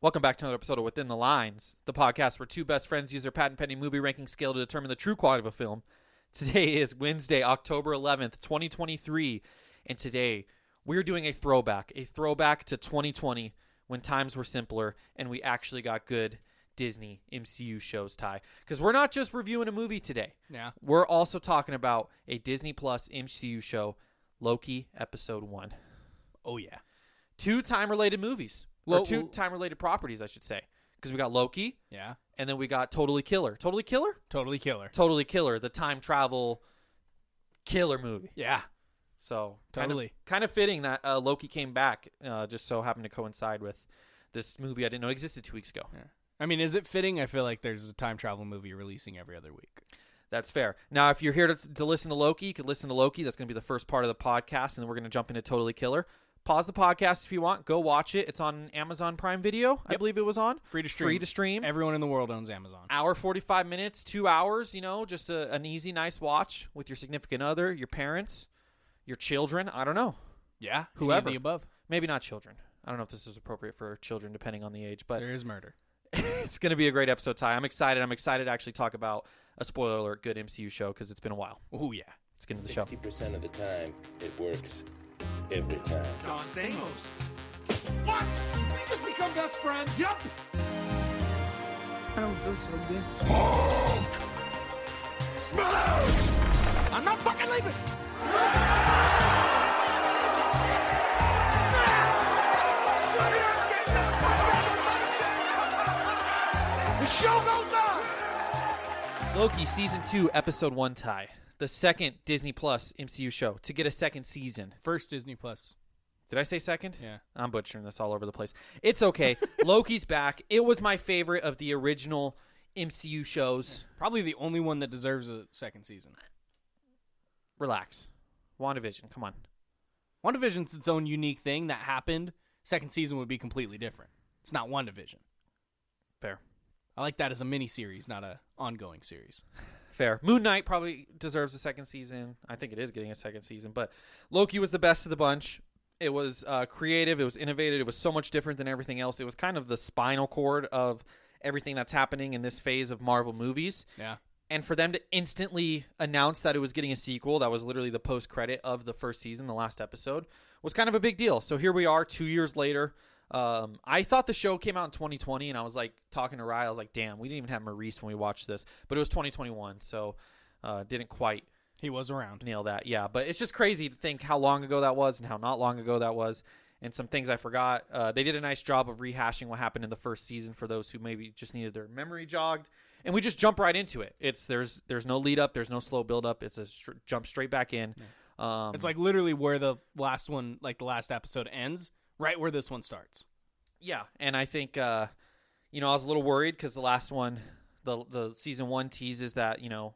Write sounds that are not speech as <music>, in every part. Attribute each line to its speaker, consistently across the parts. Speaker 1: Welcome back to another episode of Within the Lines, the podcast where two best friends use their patent pending movie ranking scale to determine the true quality of a film. Today is Wednesday, October 11th, 2023, and today we're doing a throwback, a throwback to 2020 when times were simpler and we actually got good Disney MCU shows, Ty. Because we're not just reviewing a movie today.
Speaker 2: Yeah.
Speaker 1: We're also talking about a Disney Plus MCU show, Loki Episode 1.
Speaker 2: Oh yeah.
Speaker 1: Two time related movies,
Speaker 2: Lo-
Speaker 1: or two time related properties, I should say. Because we got Loki,
Speaker 2: Yeah.
Speaker 1: and then we got Totally Killer. Totally Killer?
Speaker 2: Totally killer.
Speaker 1: Totally Killer, the time travel killer movie.
Speaker 2: Yeah.
Speaker 1: So
Speaker 2: Totally.
Speaker 1: kind of, kind of fitting that uh, Loki came back, uh, just so happened to coincide with this movie I didn't know existed two weeks ago.
Speaker 2: I mean, is it fitting? I feel like there's a time travel movie releasing every other week.
Speaker 1: That's fair. Now, if you're here to, to listen to Loki, you can listen to Loki. That's going to be the first part of the podcast, and then we're going to jump into Totally Killer. Pause the podcast if you want. Go watch it. It's on Amazon Prime Video. I
Speaker 2: Yep.
Speaker 1: believe it was on
Speaker 2: Free to stream.
Speaker 1: Free to stream.
Speaker 2: Everyone in the world owns Amazon.
Speaker 1: hour 45 minutes two hours you know just a, an easy nice watch with your significant other your parents your children i don't know
Speaker 2: Yeah.
Speaker 1: Whoever.
Speaker 2: Any of the above.
Speaker 1: maybe not children i don't know if this is appropriate for children depending on the age but
Speaker 2: there is murder.
Speaker 1: it's going to be a great episode ty i'm excited i'm excited to actually talk about a spoiler alert good mcu show because it's been a while
Speaker 2: Oh yeah.
Speaker 1: let's get into the show
Speaker 3: Sixty percent of the time, it works every time.
Speaker 4: Don Samos. What? We just become best friends? Yup. I don't feel so good. Smash! I'm not fucking leaving. The show goes on.
Speaker 1: Loki season 2 episode 1 ty the second disney plus mcu show to get a second season
Speaker 2: First Disney Plus.
Speaker 1: Did I say second?
Speaker 2: Yeah.
Speaker 1: I'm butchering this all over the place. It's okay. Loki's back. It was my favorite of the original MCU shows.
Speaker 2: Probably the only one that deserves a second season.
Speaker 1: Relax. WandaVision, come on.
Speaker 2: WandaVision's its own unique thing that happened. Second season would be completely different. It's not WandaVision.
Speaker 1: Fair.
Speaker 2: I like that as a mini series, not a ongoing series.
Speaker 1: Fair. Moon Knight probably deserves a second season. I think it is getting a second season, but Loki was the best of the bunch. It was uh, creative, it was innovative, it was so much different than everything else. It was kind of the spinal cord of everything that's happening in this phase of Marvel movies.
Speaker 2: Yeah.
Speaker 1: and for them to instantly announce that it was getting a sequel that was literally the post credit of the first season the last episode was kind of a big deal so here we are two years later um, i thought the show came out in 2020 and i was like talking to ryan i was like damn we didn't even have maurice when we watched this but it was 2021 so uh, didn't quite
Speaker 2: He was around.
Speaker 1: nail that yeah but it's just crazy to think how long ago that was and how not long ago that was and some things i forgot uh, they did a nice job of rehashing what happened in the first season for those who maybe just needed their memory jogged and we just jump right into it it's there's there's no lead up there's no slow build up it's a str- jump straight back in um,
Speaker 2: It's like literally where the last one, like the last episode ends, right where this one starts.
Speaker 1: Yeah, and I think uh, you know I was a little worried because the last one, the the season one teases that you know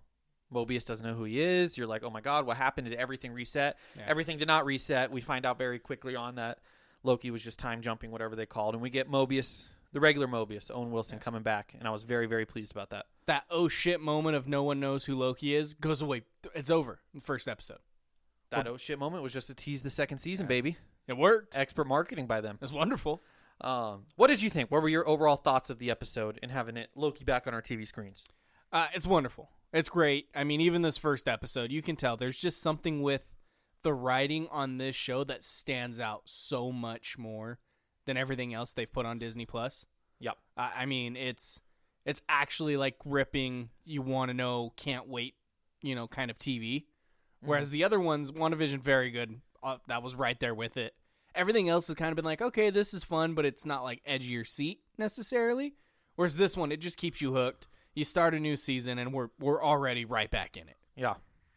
Speaker 1: Mobius doesn't know who he is. You're like, oh my god, what happened? Did everything reset?
Speaker 2: Yeah.
Speaker 1: Everything did not reset. We find out very quickly on that Loki was just time jumping, whatever they called, and we get Mobius, the regular Mobius, Owen Wilson coming back, and I was very very pleased about that.
Speaker 2: That oh shit moment of no one knows who Loki is goes away. It's over in the first episode.
Speaker 1: That oh shit moment was just to tease the second season, baby.
Speaker 2: It worked.
Speaker 1: Expert marketing by them.
Speaker 2: It's wonderful.
Speaker 1: Um, what did you think? What were your overall thoughts of the episode and having it Loki back on our TV screens?
Speaker 2: Uh, it's wonderful. It's great. I mean, even this first episode, you can tell there's just something with the writing on this show that stands out so much more than everything else they've put on Disney Plus.
Speaker 1: Yep.
Speaker 2: I, I mean, it's it's actually like gripping. You want to know, can't wait. You know, kind of TV. Whereas the other ones, WandaVision, very good. Uh, that was right there with it. Everything else has kind of been like, okay, this is fun, but it's not like edge of your seat necessarily. Whereas this one, it just keeps you hooked. You start a new season, and we're we're already right back in it.
Speaker 1: Yeah.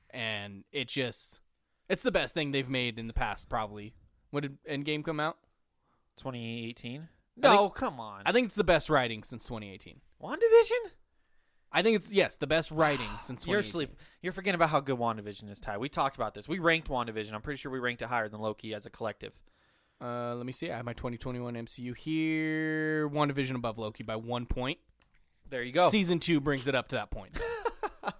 Speaker 2: And it just, it's the best thing they've made in the past, probably. When did Endgame come out?
Speaker 1: 2018. No, come on.
Speaker 2: I think it's the best writing since 2018.
Speaker 1: WandaVision?
Speaker 2: I think it's yes, the best <sighs> writing since 2018.
Speaker 1: You're asleep. You're forgetting about how good WandaVision is, Ty. We talked about this. We ranked WandaVision. I'm pretty sure we ranked it higher than Loki as a collective.
Speaker 2: Uh, let me see. I have my 2021 MCU here. WandaVision above Loki by one point.
Speaker 1: There you go.
Speaker 2: Season two brings it up to that <laughs> point. uh,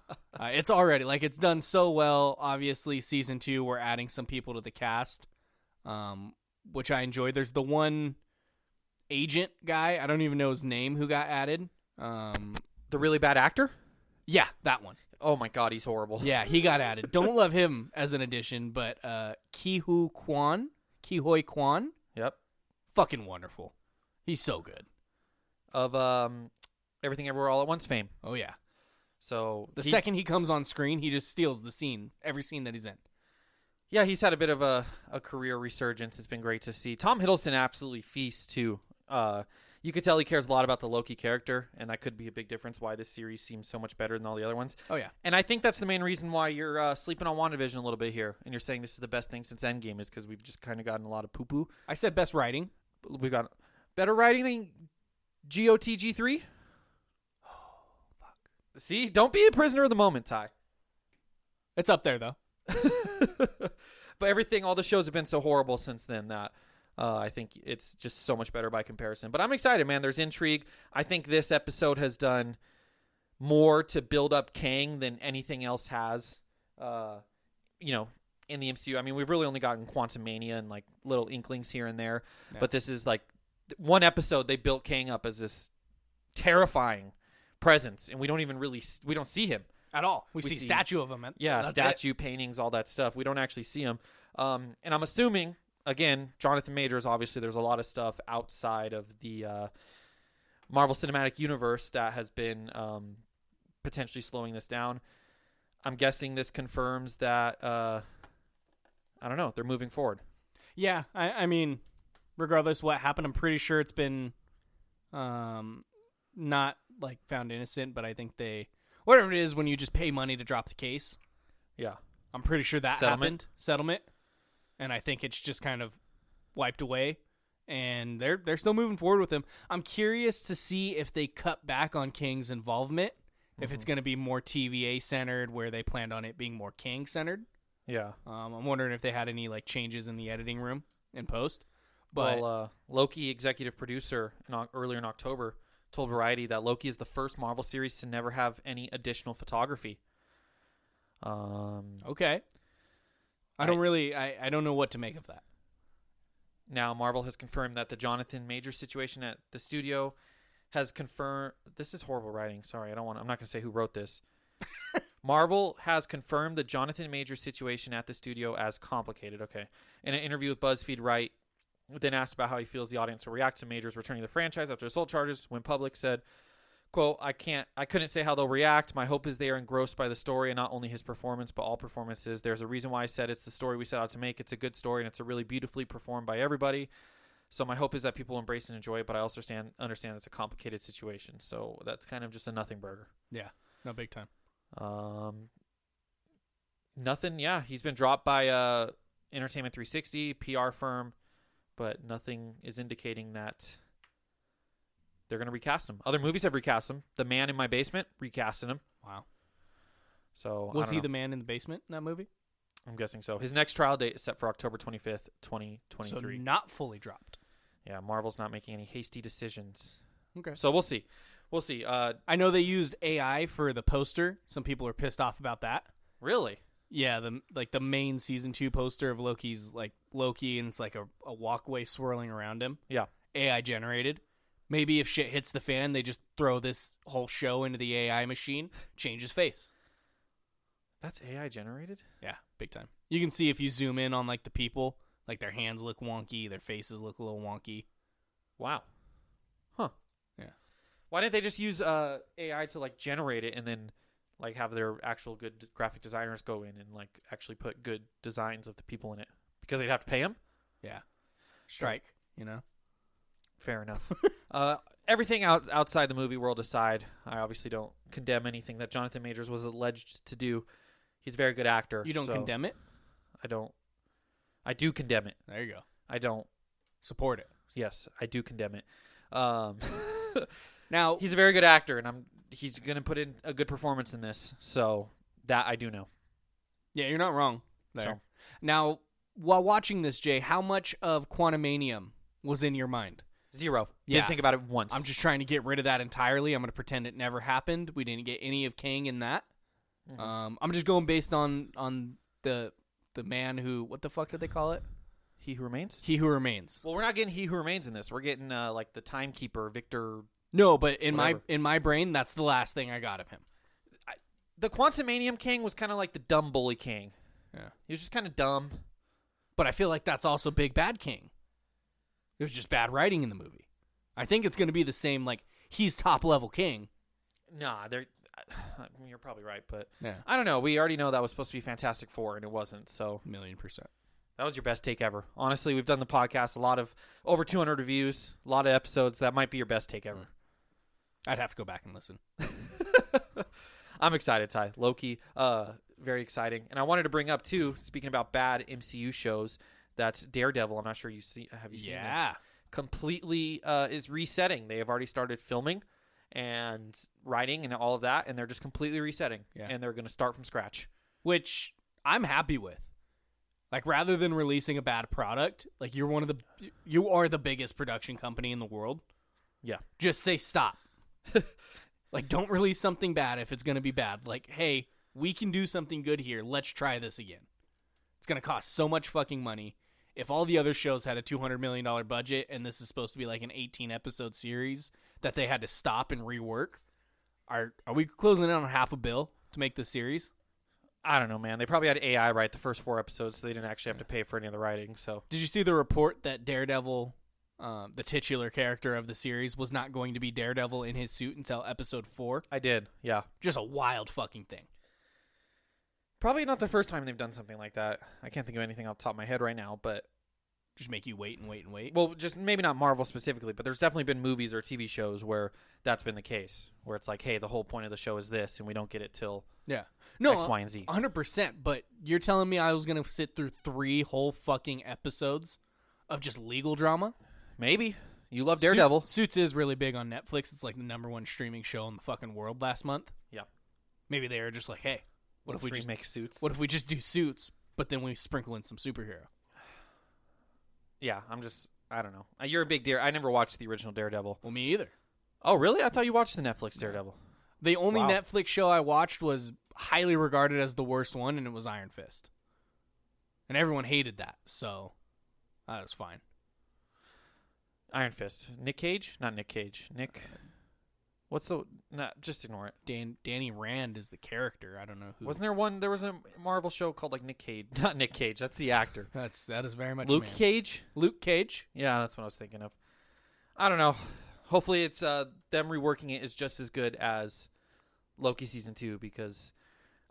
Speaker 2: it's already like it's done so well. Obviously, season two we're adding some people to the cast, um, which I enjoy. There's the one agent guy. I don't even know his name who got added. Um,
Speaker 1: the really bad actor?
Speaker 2: yeah, that one.
Speaker 1: Oh my god, he's horrible.
Speaker 2: Yeah, he got added. Don't love him as an addition, but uh, Kihu Kwan, Kihoi Kwan,
Speaker 1: Yep.
Speaker 2: fucking wonderful. He's so good.
Speaker 1: Of um Everything Everywhere All at Once fame.
Speaker 2: Oh yeah.
Speaker 1: So
Speaker 2: The
Speaker 1: he's-
Speaker 2: second he comes on screen, he just steals the scene, every scene that he's in.
Speaker 1: Yeah, he's had a bit of a, a career resurgence. It's been great to see. Tom Hiddleston absolutely feasts too. Uh, you could tell he cares a lot about the Loki character, and that could be a big difference why this series seems so much better than all the other ones.
Speaker 2: Oh yeah.
Speaker 1: And I think that's the main reason why you're uh, sleeping on WandaVision a little bit here, and you're saying this is the best thing since Endgame is because we've just kind of gotten a lot of poo poo.
Speaker 2: I said best writing.
Speaker 1: We got better writing than GOTG three. Oh
Speaker 2: Oh,
Speaker 1: fuck! See, don't be a prisoner of the moment, Ty.
Speaker 2: It's up there though.
Speaker 1: but everything, all the shows have been so horrible since then that uh, I think it's just so much better by comparison. But I'm excited, man. There's intrigue. I think this episode has done more to build up Kang than anything else has. Uh, you know, in the MCU. I mean, we've really only gotten Quantum Mania and like little inklings here and there. But this is like th- one episode they built Kang up as this terrifying presence, and we don't even really s- we don't see him.
Speaker 2: At all. We,
Speaker 1: We
Speaker 2: see,
Speaker 1: see-
Speaker 2: statue of him. and
Speaker 1: Yeah,
Speaker 2: that's it.
Speaker 1: statue paintings, all that stuff. We don't actually see him. Um, and I'm assuming again, Jonathan Majors. Obviously, there's a lot of stuff outside of the uh, Marvel Cinematic Universe that has been um, potentially slowing this down. I'm guessing this confirms that. Uh, I don't know. They're moving forward.
Speaker 2: Yeah, I, I mean, regardless what happened, I'm pretty sure it's been um not like found innocent, but I think they whatever it is when you just pay money to drop the case.
Speaker 1: Yeah.
Speaker 2: I'm pretty sure that
Speaker 1: Settlement?
Speaker 2: happened. Settlement. And I think it's just kind of wiped away. And they're they're still moving forward with him. I'm curious to see if they cut back on King's involvement. If
Speaker 1: Mm-hmm.
Speaker 2: it's going to be more TVA centered, where they planned on it being more King centered.
Speaker 1: Yeah.
Speaker 2: Um, I'm wondering if they had any like changes in the editing room in post. But
Speaker 1: Well, uh, Loki executive producer in, Oc- earlier in October told Variety that Loki is the first Marvel series to never have any additional photography. Um,
Speaker 2: okay, I don't really I, I don't know what to make of that.
Speaker 1: now Marvel has confirmed that the Jonathan Major situation at the studio has confirmed. This is horrible writing. Sorry, I don't want. I'm not going to say who wrote this. Marvel has confirmed the Jonathan Major situation at the studio as complicated. Okay, in an interview with BuzzFeed, Wright then asked about how he feels the audience will react to Major's returning to the franchise after assault charges. When public said, "quote I can't, I couldn't say how they'll react. My hope is they are engrossed by the story and not only his performance, but all performances. There's a reason why I said it's the story we set out to make. It's a good story and it's a really beautifully performed by everybody. So my hope is that people embrace and enjoy it, but I also stand, understand it's a complicated situation. So that's kind of just a nothing burger.
Speaker 2: Yeah, no big time.
Speaker 1: Um, nothing. Yeah, he's been dropped by uh, Entertainment 360 PR firm, but nothing is indicating that they're going to recast him. Other movies have recast him. The Man in My Basement recasting him.
Speaker 2: Wow,
Speaker 1: So I
Speaker 2: was
Speaker 1: don't
Speaker 2: he
Speaker 1: know.
Speaker 2: the man in the basement in that movie?
Speaker 1: I'm guessing so. His next trial date is set for October 25th, 2023.
Speaker 2: So not fully dropped.
Speaker 1: yeah, Marvel's not making any hasty decisions.
Speaker 2: Okay.
Speaker 1: So we'll see. We'll see. Uh,
Speaker 2: I know they used AI for the poster. Some people are pissed off about that.
Speaker 1: really?
Speaker 2: Yeah, the like the main season two poster of Loki's like Loki, and it's like a, a walkway swirling around him.
Speaker 1: Yeah.
Speaker 2: AI generated. Maybe if shit hits the fan, they just throw this whole show into the AI machine, change his face.
Speaker 1: That's AI generated?
Speaker 2: Yeah, big time. You can see if you zoom in on like the people, like their hands look wonky, their faces look a little wonky.
Speaker 1: Wow. Huh.
Speaker 2: Yeah.
Speaker 1: Why didn't they just use uh, AI to like generate it and then like have their actual good d- graphic designers go in and like actually put good designs of the people in it? Because they'd have to pay them?
Speaker 2: Yeah. Strike, you know.
Speaker 1: Fair
Speaker 2: <laughs>
Speaker 1: enough. uh, everything out, outside the movie world aside, I obviously don't condemn anything that Jonathan Majors was alleged to do. He's a very good actor.
Speaker 2: You don't
Speaker 1: so
Speaker 2: condemn it.
Speaker 1: I don't. I do condemn it.
Speaker 2: There you go.
Speaker 1: I don't.
Speaker 2: Support it.
Speaker 1: Yes, I do condemn it.
Speaker 2: <laughs>
Speaker 1: Um,
Speaker 2: Now,
Speaker 1: he's a very good actor, and I'm he's gonna put in a good performance in this. So that I do know.
Speaker 2: yeah, you're not wrong there.
Speaker 1: So.
Speaker 2: Now, while watching this, Jay, how much of Quantumanium was in your mind?
Speaker 1: Zero.
Speaker 2: Yeah.
Speaker 1: Didn't think about it once.
Speaker 2: I'm just trying to get rid of that entirely. I'm going to pretend it never happened. We didn't get any of Kang in that. Um, I'm just going based on on the the man who what the fuck did they call it?
Speaker 1: he who remains.
Speaker 2: He who remains.
Speaker 1: Well, we're not getting he who remains in this. We're getting uh, like the timekeeper Victor.
Speaker 2: No, but in
Speaker 1: Whatever.
Speaker 2: my in my brain, that's the last thing I got of him.
Speaker 1: The Quantumanium King was kind of like the dumb bully king.
Speaker 2: Yeah.
Speaker 1: He was just kind of dumb.
Speaker 2: But I feel like that's also Big Bad King. It was just bad writing in the movie. I think it's going to be the same. Like he's top level King.
Speaker 1: Nah, they're. I mean, you're probably right, but
Speaker 2: Yeah.
Speaker 1: I don't know. We already know that was supposed to be Fantastic Four, and it wasn't. So
Speaker 2: Million percent.
Speaker 1: That was your best take ever. Honestly, we've done the podcast, a lot of over 200 reviews, a lot of episodes. That might be your best take ever.
Speaker 2: I'd have to go back and listen.
Speaker 1: I'm excited, Ty. Loki, uh, very exciting. And I wanted to bring up too, speaking about bad MCU shows, that's Daredevil. I'm not sure you see. Have you seen
Speaker 2: Yeah.
Speaker 1: this? Completely uh, is resetting. They have already started filming and writing and all of that, and they're just completely resetting.
Speaker 2: Yeah.
Speaker 1: And they're going to start from scratch.
Speaker 2: which I'm happy with. Like rather than releasing a bad product, like you're one of the you are the biggest production company in the world.
Speaker 1: Yeah.
Speaker 2: Just say stop. like don't release something bad if it's going to be bad. Like hey, we can do something good here. Let's try this again. It's going to cost so much fucking money. If all the other shows had a 200 million dollar budget and this is supposed to be like an 18 episode series that they had to stop and rework, are are we closing in on half a bill to make this series?
Speaker 1: I don't know, man. They probably had AI write the first four episodes, so they didn't actually have to pay for any of the writing. So
Speaker 2: Did you see the report that Daredevil, um, the titular character of the series, was not going to be Daredevil in his suit until episode four?
Speaker 1: I did. Yeah.
Speaker 2: Just a wild fucking thing.
Speaker 1: Probably not the first time they've done something like that. I can't think of anything off the top of my head right now, but
Speaker 2: Just make you wait and wait and wait.
Speaker 1: well, just maybe not Marvel specifically, but there's definitely been movies or TV shows where that's been the case, where it's like, hey, the whole point of the show is this, and we don't get it till
Speaker 2: yeah, no,
Speaker 1: X, Y, and Z.
Speaker 2: hundred percent. But you're telling me I was gonna sit through three whole fucking episodes of just legal drama?
Speaker 1: maybe you love Daredevil.
Speaker 2: Suits, Suits is really big on Netflix. It's like the number one streaming show in the fucking world last month.
Speaker 1: Yeah.
Speaker 2: Maybe they were just like, hey, what if we just
Speaker 1: make suits?
Speaker 2: what if we just do suits, but then we sprinkle in some superhero?
Speaker 1: yeah, I'm just I don't know. Uh, You're a big dare. I never watched the original Daredevil.
Speaker 2: Well, me either.
Speaker 1: Oh, really? I thought you watched the Netflix Daredevil.
Speaker 2: The only
Speaker 1: Wow.
Speaker 2: Netflix show I watched was highly regarded as the worst one, and it was Iron Fist. And everyone hated that, so that was fine.
Speaker 1: Iron Fist. Nick Cage? Not Nick Cage. Nick. What's the? Not just ignore it.
Speaker 2: Dan Danny Rand is the character. I don't know who.
Speaker 1: Wasn't there one? There was a Marvel show called like Nick Cage. <laughs> Not Nick Cage. That's the actor.
Speaker 2: That's that is very much
Speaker 1: Luke
Speaker 2: man.
Speaker 1: Cage.
Speaker 2: Luke Cage.
Speaker 1: Yeah, that's what I was thinking of. I don't know. Hopefully, it's uh, them reworking it is just as good as Loki season two because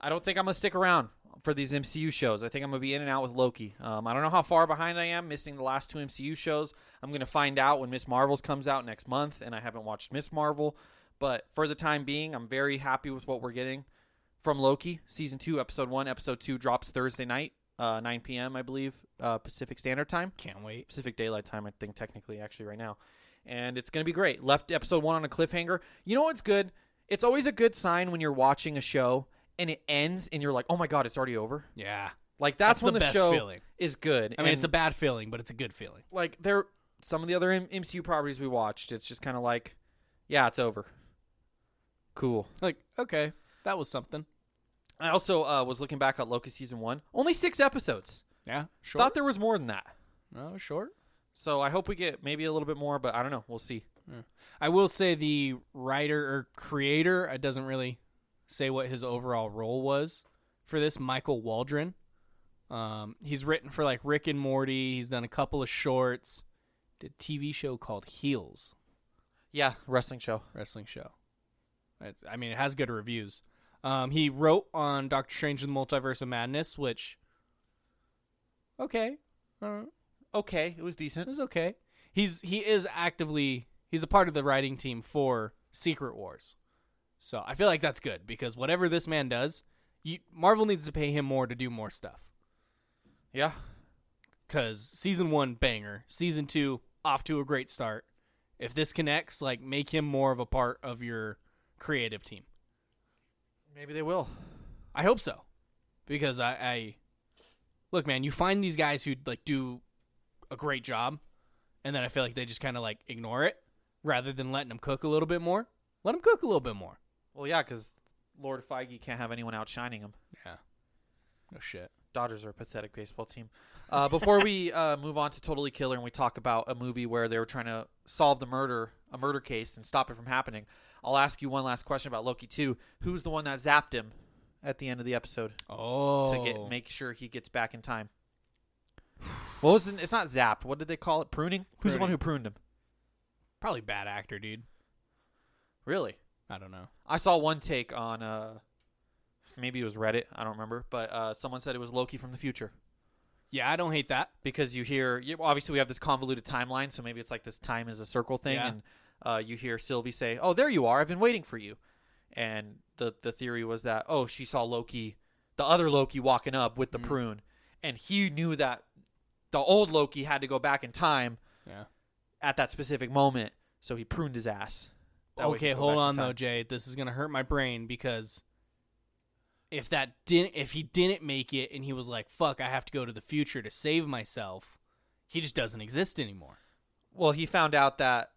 Speaker 1: I don't think I'm gonna stick around for these MCU shows. I think I'm gonna be in and out with Loki. Um, I don't know how far behind I am, missing the last two MCU shows. I'm gonna find out when Miss Marvel's comes out next month, and I haven't watched Miss Marvel. But for the time being, I'm very happy with what we're getting from Loki season two, episode one. Episode two drops Thursday night, uh, 9 p.m. I believe uh, Pacific Standard Time.
Speaker 2: Can't wait.
Speaker 1: Pacific Daylight Time, I think technically actually right now. And it's going to be great. Left episode 1 on a cliffhanger. You know what's good? It's always a good sign when you're watching a show and it ends and you're like, "Oh my god, it's already over."
Speaker 2: Yeah,
Speaker 1: Like that's,
Speaker 2: That's
Speaker 1: when
Speaker 2: the
Speaker 1: the,
Speaker 2: best
Speaker 1: show
Speaker 2: feeling.
Speaker 1: is good.
Speaker 2: I mean
Speaker 1: And,
Speaker 2: it's a bad feeling, but it's a good feeling.
Speaker 1: like there some of the other M- MCU properties we watched, it's just kind of like, "Yeah, it's over." Cool.
Speaker 2: Like okay, that was something.
Speaker 1: I also uh, was looking back at Loki season 1. Only 6 episodes.
Speaker 2: Yeah, short.
Speaker 1: Thought there was more than that.
Speaker 2: no short.
Speaker 1: So I hope we get maybe a little bit more, but I don't know. We'll see.
Speaker 2: I will say the writer or creator, it doesn't really say what his overall role was for this, Michael Waldron. Um, he's written for like Rick and Morty. He's done a couple of shorts. Did a TV show called Heels
Speaker 1: Yeah, wrestling show.
Speaker 2: wrestling show. It's, I mean, it has good reviews. Um, he wrote on Doctor Strange and the Multiverse of Madness, which okay, uh,
Speaker 1: Okay, it was
Speaker 2: it
Speaker 1: decent.
Speaker 2: was okay. He's he is actively he's a part of the writing team for Secret Wars. So I feel like that's good because whatever this man does, you, Marvel needs to pay him more to do more stuff.
Speaker 1: Yeah.
Speaker 2: Cause season one banger, season two off to a great start. If this connects, like make him more of a part of your creative team.
Speaker 1: Maybe they will.
Speaker 2: I hope so, because I, I look, man. You find these guys who like do a great job, and then I feel like they just kind of like ignore it rather than letting them cook a little bit more. Let them cook a little bit more.
Speaker 1: Well, yeah, because Lord Feige can't have anyone outshining him.
Speaker 2: Yeah. No shit.
Speaker 1: Dodgers are a pathetic baseball team. Uh, before we <laughs> uh, move on to Totally Killer and we talk about a movie where they were trying to solve the murder, a murder case, and stop it from happening, I'll ask you one last question about Loki 2. Who's the one that zapped him at the end of the episode
Speaker 2: Oh.
Speaker 1: to get make sure he gets back in time? What was the, it's not zapped. What did they call it? Pruning? Who's the one
Speaker 2: Pruning.
Speaker 1: who pruned him?
Speaker 2: probably bad actor, dude.
Speaker 1: Really?
Speaker 2: I don't know.
Speaker 1: I saw one take on uh maybe it was Reddit, I don't remember, but uh someone said it was Loki from the future.
Speaker 2: Yeah, I don't hate that.
Speaker 1: because you hear you, obviously we have this convoluted timeline so maybe it's like this time is a circle thing
Speaker 2: Yeah.
Speaker 1: and uh, you hear sylvie say oh there you are i've been waiting for you and the, the theory was that oh she saw loki the other loki walking up
Speaker 2: Mm.
Speaker 1: with the prune and he knew that the old loki had to go back in time
Speaker 2: Yeah.
Speaker 1: at that specific moment so he pruned his ass That way he
Speaker 2: okay,
Speaker 1: could go
Speaker 2: hold
Speaker 1: back in
Speaker 2: on though,
Speaker 1: time.
Speaker 2: Jay. This is gonna hurt my brain because if that didn't, if he didn't make it, and he was like, "Fuck, I have to go to the future to save myself," he just doesn't exist anymore.
Speaker 1: well he found out that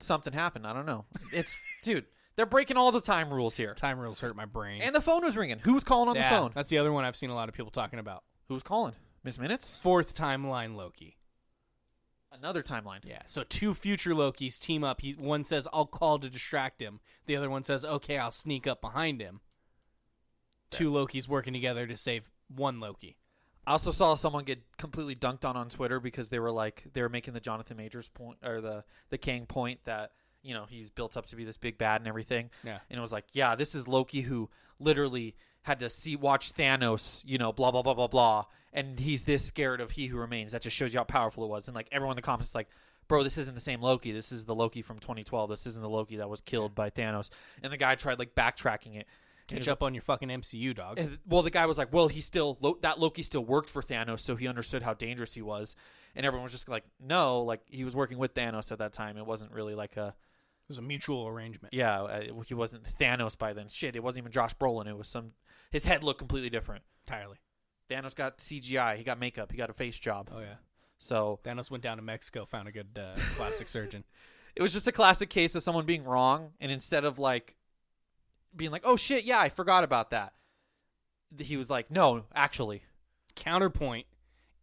Speaker 1: something happened i don't know it's <laughs> dude they're breaking all the time rules here
Speaker 2: Time rules hurt my brain.
Speaker 1: and the phone was ringing who was calling on
Speaker 2: Yeah,
Speaker 1: the phone
Speaker 2: That's the other one I've seen a lot of people talking about.
Speaker 1: Who's calling? Miss Minutes?
Speaker 2: Fourth timeline Loki.
Speaker 1: Another timeline.
Speaker 2: Yeah. So two future Lokis team up. He one says, "I'll call to distract him." The other one says, "Okay, I'll sneak up behind him." Two Lokis working together to save one Loki.
Speaker 1: I also saw someone get completely dunked on on Twitter because they were like they were making the Jonathan Majors point or the the Kang point that you know he's built up to be this big bad and everything.
Speaker 2: Yeah.
Speaker 1: And it was like, yeah, this is Loki who literally had to see watch Thanos, you know, blah blah blah blah blah, and he's this scared of He Who Remains. That just shows you how powerful it was. And like everyone in the comments is like. Bro, this isn't the same Loki. This is the Loki from 2012. This isn't the Loki that was killed by Thanos. And the guy tried like backtracking it. And
Speaker 2: Catch
Speaker 1: it was
Speaker 2: up on your fucking MCU, dog.
Speaker 1: And, well, the guy was like, "Well, he still Lo- that Loki still worked for Thanos, so he understood how dangerous he was." And everyone was just like, "No, like he was working with Thanos at that time. It wasn't really like a
Speaker 2: It was a mutual arrangement.
Speaker 1: yeah, uh, he wasn't Thanos by then. Shit, it wasn't even Josh Brolin. It was some his head looked completely different.
Speaker 2: Entirely.
Speaker 1: Thanos got CGI. He got makeup. He got a face job.
Speaker 2: Oh yeah.
Speaker 1: So
Speaker 2: Thanos went down to Mexico, found a good uh, plastic surgeon. <laughs>
Speaker 1: it was just a classic case of someone being wrong, and instead of like being like, "Oh shit, yeah, I forgot about that," th- he was like, "No, actually."
Speaker 2: Counterpoint,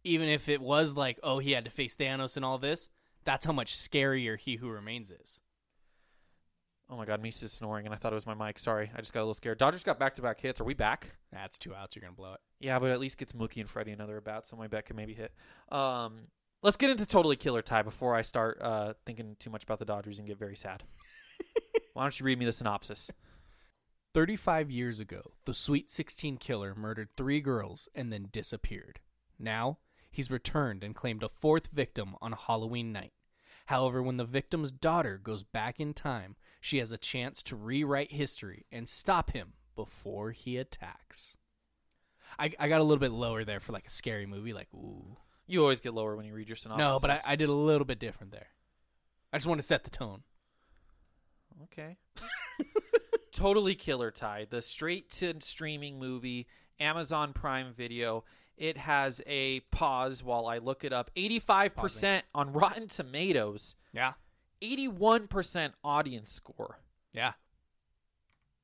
Speaker 2: even if it was like, oh, he had to face Thanos and all this, that's how much scarier He Who Remains is.
Speaker 1: Oh my God, Mises is snoring, and I thought it was my mic. Sorry, I just got a little scared. Dodgers got back-to-back hits. Are we back?
Speaker 2: That's two outs. You're gonna blow it.
Speaker 1: Yeah, but at least gets Mookie and Freddie another at bat, so my bet could maybe hit. Um, let's get into totally killer tie before I start uh, thinking too much about the Dodgers and get very sad.
Speaker 2: <laughs>
Speaker 1: Why don't you read me the synopsis?
Speaker 2: 35 years ago, the Sweet 16 killer murdered three girls and then disappeared. Now, he's returned and claimed a fourth victim on Halloween night. However, when the victim's daughter goes back in time, she has a chance to rewrite history and stop him before he attacks. I, I got a little bit lower there for like a scary movie, like, ooh.
Speaker 1: You always get lower when you read your synopsis.
Speaker 2: No, but I, I did a little bit different there. I just want to set the tone.
Speaker 1: Okay. <laughs> totally killer tie. The straight to streaming movie, Amazon Prime Video. It has a pause while I look it up. 85% on Rotten Tomatoes,
Speaker 2: Yeah.
Speaker 1: 81% audience score.
Speaker 2: Yeah.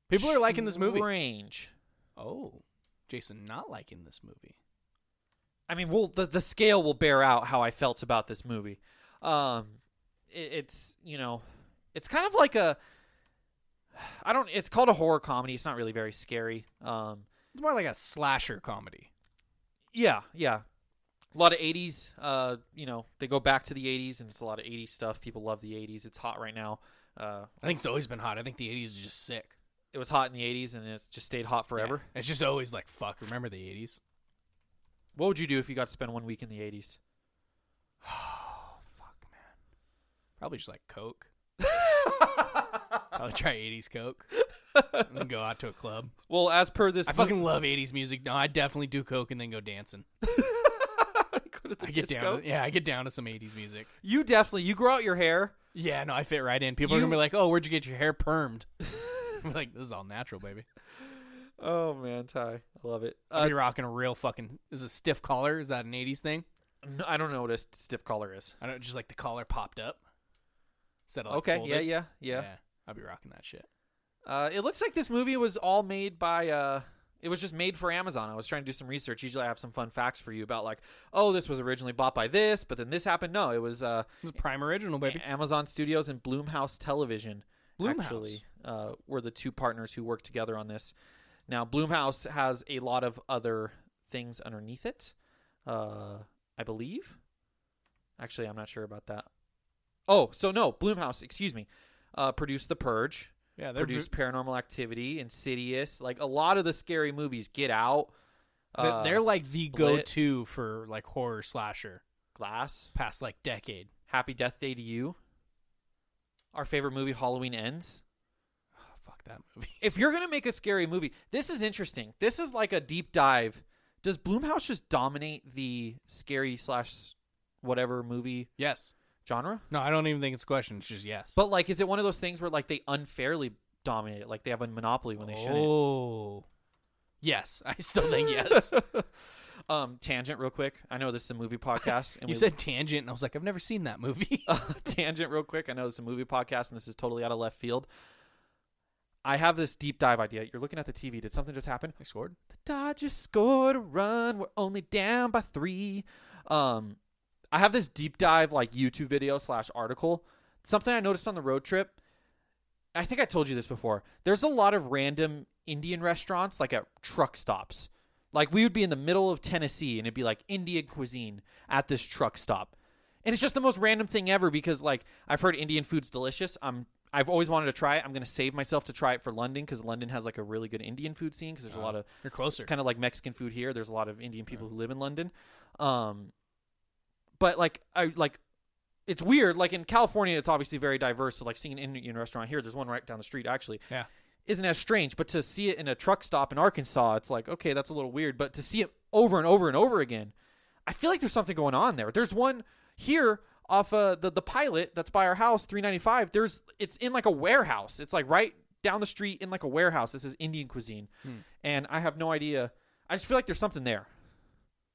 Speaker 2: People are liking this movie.
Speaker 1: Range.
Speaker 2: Oh, Jason not liking this movie.
Speaker 1: I mean, well, the, the scale will bear out how I felt about this movie. Um, it, it's you know, it's kind of like a, I don't. It's called a horror comedy. It's not really very scary. Um,
Speaker 2: It's more like a slasher comedy.
Speaker 1: yeah, yeah, a lot of '80s. Uh, you know, they go back to the '80s, and it's a lot of '80s stuff. People love the '80s. It's hot right now. Uh,
Speaker 2: I think it's always been hot. I think the 80s is just sick.
Speaker 1: it was hot in the '80s, and it's just stayed hot forever.
Speaker 2: Yeah. It's just always like, fuck, remember the 80s?
Speaker 1: What would you do if you got to spend one week in the '80s?
Speaker 2: Fuck, man. Probably just like Coke. Probably try 80s <laughs> Coke and then go out to a club.
Speaker 1: <laughs> Well, as per this, <laughs>
Speaker 2: I fucking love 80s music. No, I definitely do Coke and then go dancing.
Speaker 1: go to the
Speaker 2: I get
Speaker 1: disco?
Speaker 2: down. Yeah, I get down to some '80s music.
Speaker 1: You definitely you grow out your hair.
Speaker 2: Yeah, no, I fit right in. People are gonna
Speaker 1: You-
Speaker 2: be like, "Oh, where'd you get your hair permed?" <laughs> I'm like, "This is all natural, baby."
Speaker 1: Oh man, Ty, I love it.
Speaker 2: I'll
Speaker 1: Uh,
Speaker 2: be rocking a real fucking. Is it stiff collar? Is that an '80s thing?
Speaker 1: n- I don't know what a st- stiff collar is.
Speaker 2: I don't just like the collar popped up. Instead of like,
Speaker 1: okay, yeah,
Speaker 2: folded.
Speaker 1: yeah, yeah,
Speaker 2: I'll be rocking that shit.
Speaker 1: Uh, it looks like this movie was all made by. Uh, it was just made for Amazon. I was trying to do some research. Usually, I have some fun facts for you about like, oh, this was originally bought by this, but then this happened. No, it was uh,
Speaker 2: It's prime original, baby.
Speaker 1: Amazon Studios and Bloomhouse Television
Speaker 2: Blumhouse.
Speaker 1: actually uh, were the two partners who worked together on this. Now Bloomhouse has a lot of other things underneath it, uh, I believe. Actually, I'm not sure about that. Oh, so no, Bloomhouse, excuse me, uh, produced The Purge,
Speaker 2: Yeah, they're
Speaker 1: produced Paranormal Activity, Insidious, like a lot of the scary movies. Get Out,
Speaker 2: they're,
Speaker 1: uh,
Speaker 2: they're like the
Speaker 1: Split,
Speaker 2: go-to for like horror slasher
Speaker 1: Glass,
Speaker 2: past like decade.
Speaker 1: Happy Death Day to You. Our favorite movie, Halloween Ends.
Speaker 2: Oh, fuck that movie.
Speaker 1: if you're gonna make a scary movie, this is interesting. This is like a deep dive. Does Bloomhouse just dominate the scary slash whatever movie
Speaker 2: <laughs> Yes.
Speaker 1: genre?
Speaker 2: No, I don't even think it's a question. It's just yes.
Speaker 1: But like, is it one of those things where like they unfairly dominate it? Like they have a monopoly when they shouldn't.
Speaker 2: oh, yes. <laughs> I still
Speaker 1: <laughs>
Speaker 2: think yes.
Speaker 1: Um, tangent, real quick. I know this is a
Speaker 2: <laughs>
Speaker 1: movie podcast, and
Speaker 2: Oh.
Speaker 1: we
Speaker 2: you said tangent, and I was like, I've never seen
Speaker 1: <laughs>
Speaker 2: that movie.
Speaker 1: uh, <laughs> tangent real quick. I know this is a movie podcast and this is totally out of left field. I have this deep dive idea. You're looking at the TV. Did something just happen?
Speaker 2: I scored.
Speaker 1: Dodgers scored a run. We're only down by three. Um, I have this deep dive like YouTube video slash article. Something I noticed on the road trip. I think I told you this before. There's a lot of random Indian restaurants like at truck stops. Like we would be in the middle of Tennessee and it'd be like Indian cuisine at this truck stop. And it's just the most random thing ever because like I've heard Indian food's delicious. I'm I've always wanted to try it. I'm gonna save myself to try it for London because London has like a really good Indian food scene because there's
Speaker 2: Uh-huh.
Speaker 1: a lot of
Speaker 2: You're closer.
Speaker 1: it's kind of like Mexican food here. There's a lot of Indian people who live in London. Um, but like I like it's weird. Like in California, it's obviously very diverse. So like seeing an Indian restaurant here, there's one right down the street actually.
Speaker 2: Yeah.
Speaker 1: Isn't as strange, but to see it in a truck stop in Arkansas, it's like okay, that's a little weird. But to see it over and over and over again, I feel like there's something going on there. There's one here off uh, the the pilot that's by our house, 395. There's it's in like a warehouse. It's like right down the street in like a warehouse. This is Indian cuisine, and I have no idea. I just feel like there's something there,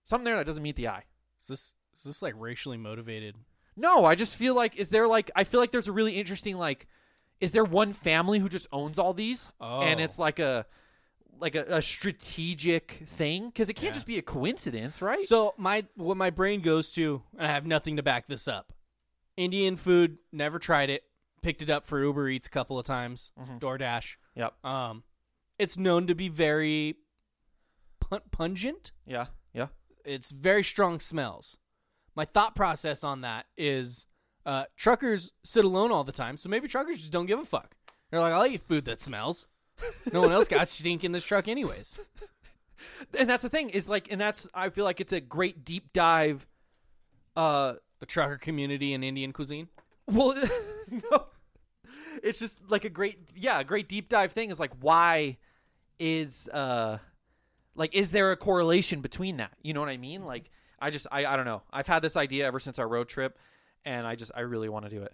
Speaker 1: something there that doesn't meet the eye.
Speaker 2: Is this is this like racially motivated?
Speaker 1: No, I just feel like is there like I feel like there's a really interesting like is there one family who just owns all these and
Speaker 2: Oh.
Speaker 1: it's like a like a, a strategic thing because it can't
Speaker 2: Yeah.
Speaker 1: just be a coincidence, right?
Speaker 2: So my what my brain goes to, and I have nothing to back this up. Indian food, never tried it. Picked it up for Uber Eats a couple of times, DoorDash.
Speaker 1: yep,
Speaker 2: Um, it's known to be very pun- pungent.
Speaker 1: yeah, yeah.
Speaker 2: It's very strong smells. My thought process on that is uh, truckers sit alone all the time, so maybe truckers just don't give a fuck. They're like, I'll eat food that smells. No one else got stink in this truck, anyways.
Speaker 1: and that's the thing is like and that's i feel like it's a great deep dive uh
Speaker 2: The trucker community in Indian cuisine.
Speaker 1: well <laughs> no it's just like a great yeah a great deep dive thing is like why is uh like is there a correlation between that you know what i mean
Speaker 2: Mm-hmm.
Speaker 1: like i just i, I don't know i've had this idea ever since our road trip and i just i really want to do it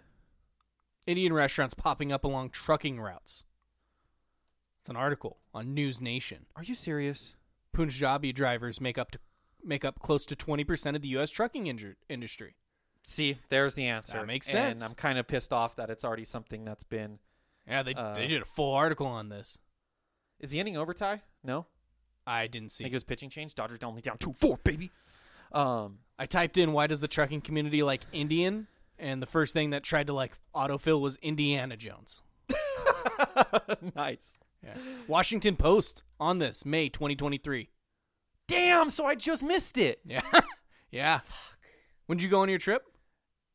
Speaker 2: Indian restaurants popping up along trucking routes. It's an article on News Nation.
Speaker 1: are you serious
Speaker 2: Punjabi drivers make up to make up close to 20% of the US trucking inju- industry.
Speaker 1: see there's the answer
Speaker 2: That makes sense.
Speaker 1: and i'm kind of pissed off that it's already something that's been
Speaker 2: Yeah, they
Speaker 1: Uh,
Speaker 2: they did a full article on this.
Speaker 1: is the ending over ty no
Speaker 2: I didn't
Speaker 1: i
Speaker 2: see.
Speaker 1: think it was pitching change dodgers only down 2-4 baby um <laughs>
Speaker 2: I typed in why does the trucking community like Indian and the first thing that tried to like autofill was Indiana Jones.
Speaker 1: nice.
Speaker 2: Yeah.
Speaker 1: <gasps>
Speaker 2: Washington Post on this May 2023.
Speaker 1: Damn, so I just missed it.
Speaker 2: Yeah. <laughs> yeah. When did you go on your trip?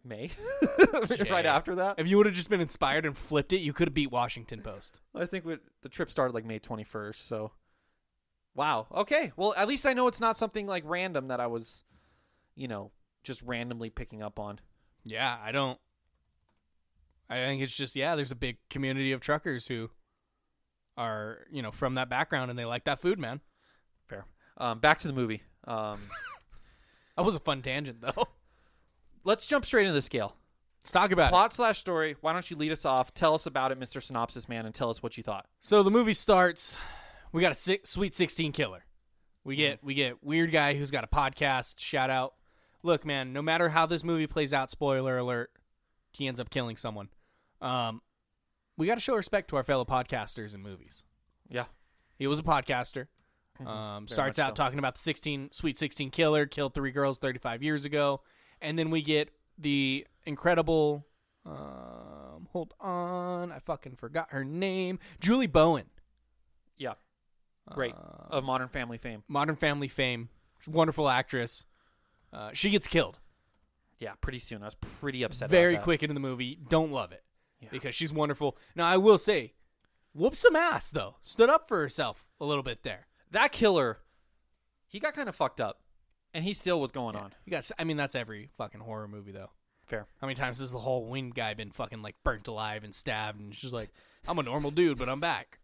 Speaker 1: May. <laughs>
Speaker 2: Shit.
Speaker 1: right after that.
Speaker 2: If you would have just been inspired and flipped it, you could have beat Washington Post.
Speaker 1: I think we, the trip started like May 21st, so wow. Okay. Well, at least I know it's not something like random that I was, you know, just randomly picking up on.
Speaker 2: Yeah, I don't. I think it's just yeah. There's a big community of truckers who are you know from that background and they like that food, man.
Speaker 1: <laughs> Fair. Um, back to the movie. Um,
Speaker 2: That was a fun tangent, though. <laughs>
Speaker 1: Let's jump straight into the scale.
Speaker 2: Let's talk about it.
Speaker 1: Plot slash story. Why don't you lead us off? Tell us about it, Mr. Synopsis Man, and tell us what you thought.
Speaker 2: So the movie starts. We got a six, sweet sixteen killer. We get we get weird guy who's got a podcast. Shout out! Look, man. No matter how this movie plays out, spoiler alert, he ends up killing someone. Um, we got to show respect to our fellow podcasters in movies.
Speaker 1: Yeah.
Speaker 2: He was a podcaster. Um, starts
Speaker 1: Mm-hmm. much
Speaker 2: out talking about the 16 Sweet 16 killer killed three girls 35 years ago, and then we get the incredible. Um, hold on, I fucking forgot her name. Julie Bowen,
Speaker 1: Yeah. Great. of Modern Family fame.
Speaker 2: Modern Family fame, wonderful actress. Uh, she gets killed
Speaker 1: Yeah, pretty soon. I was pretty upset.
Speaker 2: very
Speaker 1: about that.
Speaker 2: quick into the movie. Don't love it because she's wonderful. Now I will say, whoops some ass though. Stood up for herself a little bit there.
Speaker 1: That killer, he got kind of fucked up, and he still was going on.
Speaker 2: You got. I mean, that's every fucking horror movie though.
Speaker 1: Fair.
Speaker 2: How many times has the Halloween guy been fucking like burnt alive and stabbed? And she's like, I'm a normal dude, but I'm back.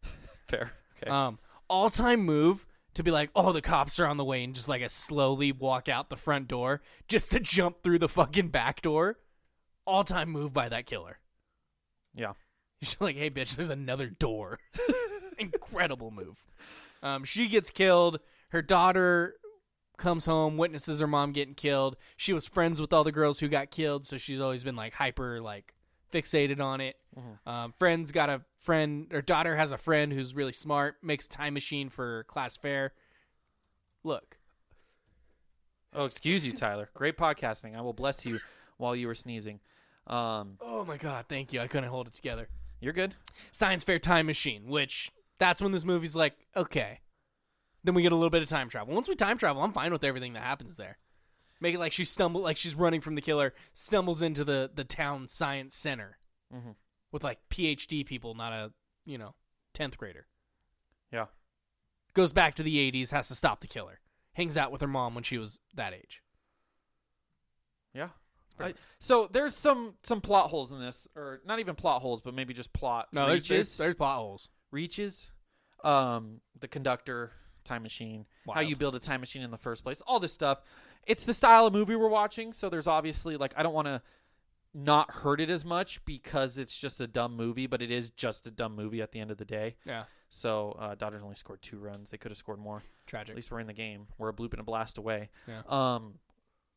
Speaker 1: Fair.
Speaker 2: <laughs>
Speaker 1: Okay.
Speaker 2: Um, all time move to be like, oh, the cops are on the way, and just like a slowly walk out the front door just to jump through the fucking back door. All time move by that killer.
Speaker 1: yeah.
Speaker 2: <laughs> She's like, hey, bitch, there's another door. <laughs> Incredible move. Um, she gets killed. Her daughter comes home, witnesses her mom getting killed. She was friends with all the girls who got killed, so she's always been like hyper, like fixated on it. Um, friends got a friend, or daughter has a friend who's really smart, makes a time machine for class fair. Look,
Speaker 1: Oh, excuse you, Tyler. Great podcasting. I will bless you while you were sneezing. Um,
Speaker 2: oh my god, thank you. I couldn't hold it together.
Speaker 1: you're good.
Speaker 2: science fair time machine, which that's when this movie's like, okay. Then we get a little bit of time travel. Once we time travel, I'm fine with everything that happens there. Make it like she stumble, like she's running from the killer, stumbles into the the town science center
Speaker 1: Mhm.
Speaker 2: with like PhD people, not a you know tenth grader.
Speaker 1: Yeah.
Speaker 2: Goes back to the 80s, has to stop the killer. Hangs out with her mom when she was that age.
Speaker 1: Yeah. I, so there's some some plot holes in this, or not even plot holes, but maybe just plot
Speaker 2: No, there's
Speaker 1: reaches.
Speaker 2: there's, there's plot holes.
Speaker 1: reaches, um, the conductor, time machine, how
Speaker 2: Wild.
Speaker 1: you build a time machine in the first place, all this stuff. It's the style of movie we're watching, so there's obviously like I don't want to not hurt it as much because it's just a dumb movie, but it is just a dumb movie at the end of the day.
Speaker 2: Yeah,
Speaker 1: So uh, Dodgers only scored two runs; they could have scored more. At
Speaker 2: tragic.
Speaker 1: least we're in the game. We're a bloop and a blast away.
Speaker 2: Yeah.
Speaker 1: Um,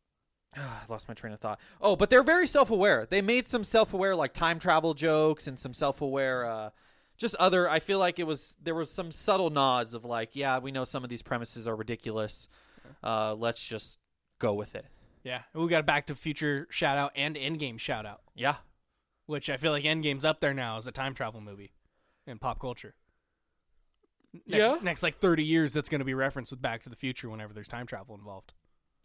Speaker 1: <sighs> I lost my train of thought. Oh, but they're very self-aware. They made some self-aware like time travel jokes and some self-aware, uh, just other. I feel like it was there was some subtle nods of like, yeah, we know some of these premises are ridiculous. Uh, let's just go with it.
Speaker 2: Yeah, we got a Back to the Future shout out and Endgame shout out.
Speaker 1: Yeah,
Speaker 2: which I feel like Endgame's up there now as a time travel movie in pop culture. Next,
Speaker 1: Yeah.
Speaker 2: Next, like thirty years, that's going to be referenced with Back to the Future whenever there's time travel involved.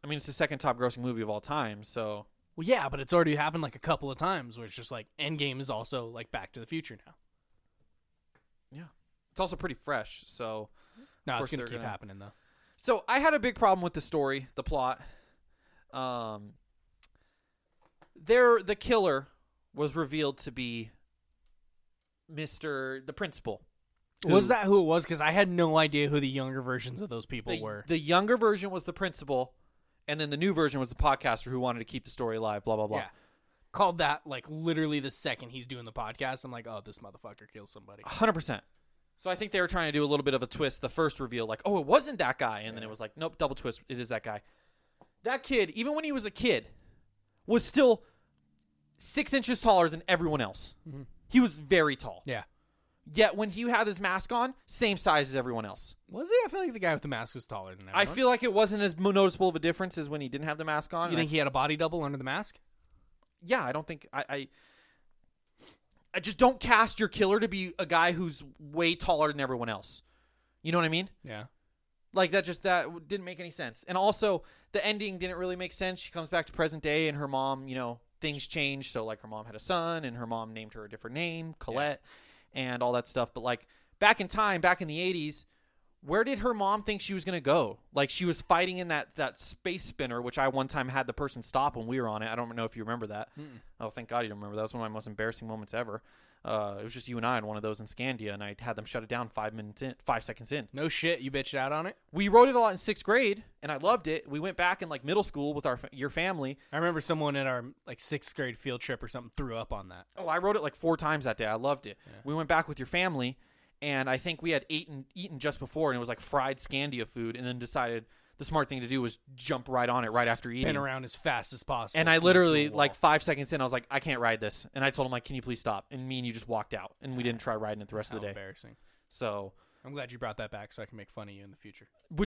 Speaker 1: I mean it's the second top-grossing movie of all time, so
Speaker 2: Well, yeah, but it's already happened like a couple of times where it's just like Endgame is also like Back to the Future now.
Speaker 1: yeah, it's also pretty fresh. So
Speaker 2: No,
Speaker 1: Of
Speaker 2: it's
Speaker 1: course
Speaker 2: going to
Speaker 1: they're
Speaker 2: keep
Speaker 1: gonna-
Speaker 2: happening though.
Speaker 1: So I had a big problem with the story, the plot. Um, there, the killer was revealed to be Mister, the principal.
Speaker 2: Was
Speaker 1: Who-
Speaker 2: that who it was? Because I had no idea who the younger versions of those people
Speaker 1: The,
Speaker 2: were.
Speaker 1: the younger version was the principal, and then the new version was the podcaster who wanted to keep the story alive. Blah blah blah.
Speaker 2: Yeah. Called that like literally the second he's doing the podcast. I'm like, oh, this motherfucker kills
Speaker 1: <sighs>
Speaker 2: somebody.
Speaker 1: hundred percent. So I think they were trying to do a little bit of a twist. The first reveal, like, oh, it wasn't that guy, and then it was like, nope, double twist, it is that guy. That kid, even when he was a kid, was still six inches taller than everyone else. He was very tall.
Speaker 2: Mm-hmm. Yeah.
Speaker 1: Yet when he had his mask on, same size as everyone else.
Speaker 2: Was he? I feel like the guy with the mask was taller than
Speaker 1: I
Speaker 2: everyone.
Speaker 1: feel like it wasn't as mo- noticeable of a difference as when he didn't have the mask on.
Speaker 2: You
Speaker 1: and I
Speaker 2: think he had a body double under the mask?
Speaker 1: yeah, I don't think I, I I just don't cast your killer to be a guy who's way taller than everyone else. You know what I mean?
Speaker 2: Yeah.
Speaker 1: Like that just that w- didn't make any sense. And also the ending didn't really make sense. She comes back to present day and her mom, you know, things change. So like her mom had a son and her mom named her a different name, Colette, and all that stuff. But like back in time, back in the 80s, where did her mom think she was going to go? Like she was fighting in that that space spinner which I one time had the person stop when we were on it. I don't know if you remember that. Oh, thank God you don't remember. That was one of my most embarrassing moments ever. Uh, it was just you and I on one of those in Scandia, and I had them shut it down five minutes in, five seconds in.
Speaker 2: No shit, you bitched out on it.
Speaker 1: We rode it a lot in sixth grade, and I loved it. We went back in like middle school with our fa- your family.
Speaker 2: I remember someone at our like sixth grade field trip or something threw up on that.
Speaker 1: Oh, I rode it like four times that day. I loved it. We went back with your family, and I think we had eaten eaten just before, and it was like fried Scandia food, and then decided the smart thing to do was jump right on it right after eating.
Speaker 2: Been around as fast as possible.
Speaker 1: And I
Speaker 2: threw it to
Speaker 1: literally,
Speaker 2: a wall.
Speaker 1: like five seconds in, I was like, I can't ride this. And I told him, like, can you please stop? And me and you just walked out, and we didn't try riding it the rest
Speaker 2: How
Speaker 1: of the day.
Speaker 2: embarrassing.
Speaker 1: So
Speaker 2: I'm glad you brought that back so I can make fun of you in the future.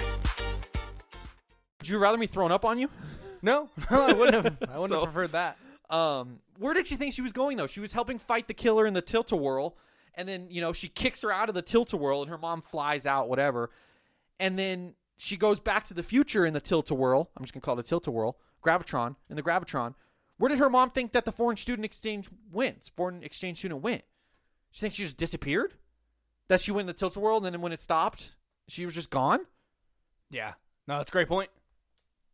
Speaker 1: would you rather me thrown up on you?
Speaker 2: No, <laughs> no, I wouldn't have. I wouldn't
Speaker 1: So-
Speaker 2: have preferred that.
Speaker 1: Um, where did she think she was going though? She was helping fight the killer in the tilt a whirl, and then you know she kicks her out of the tilt a whirl, and her mom flies out, whatever. And then she goes back to the future in the tilt a whirl. I'm just gonna call it a tilt a whirl. Gravitron in the gravitron. Where did her mom think that the foreign student exchange went? Foreign exchange student went. She thinks she just disappeared. That she went in the tilt a whirl, and then when it stopped, she was just gone.
Speaker 2: Yeah, no, that's a great point.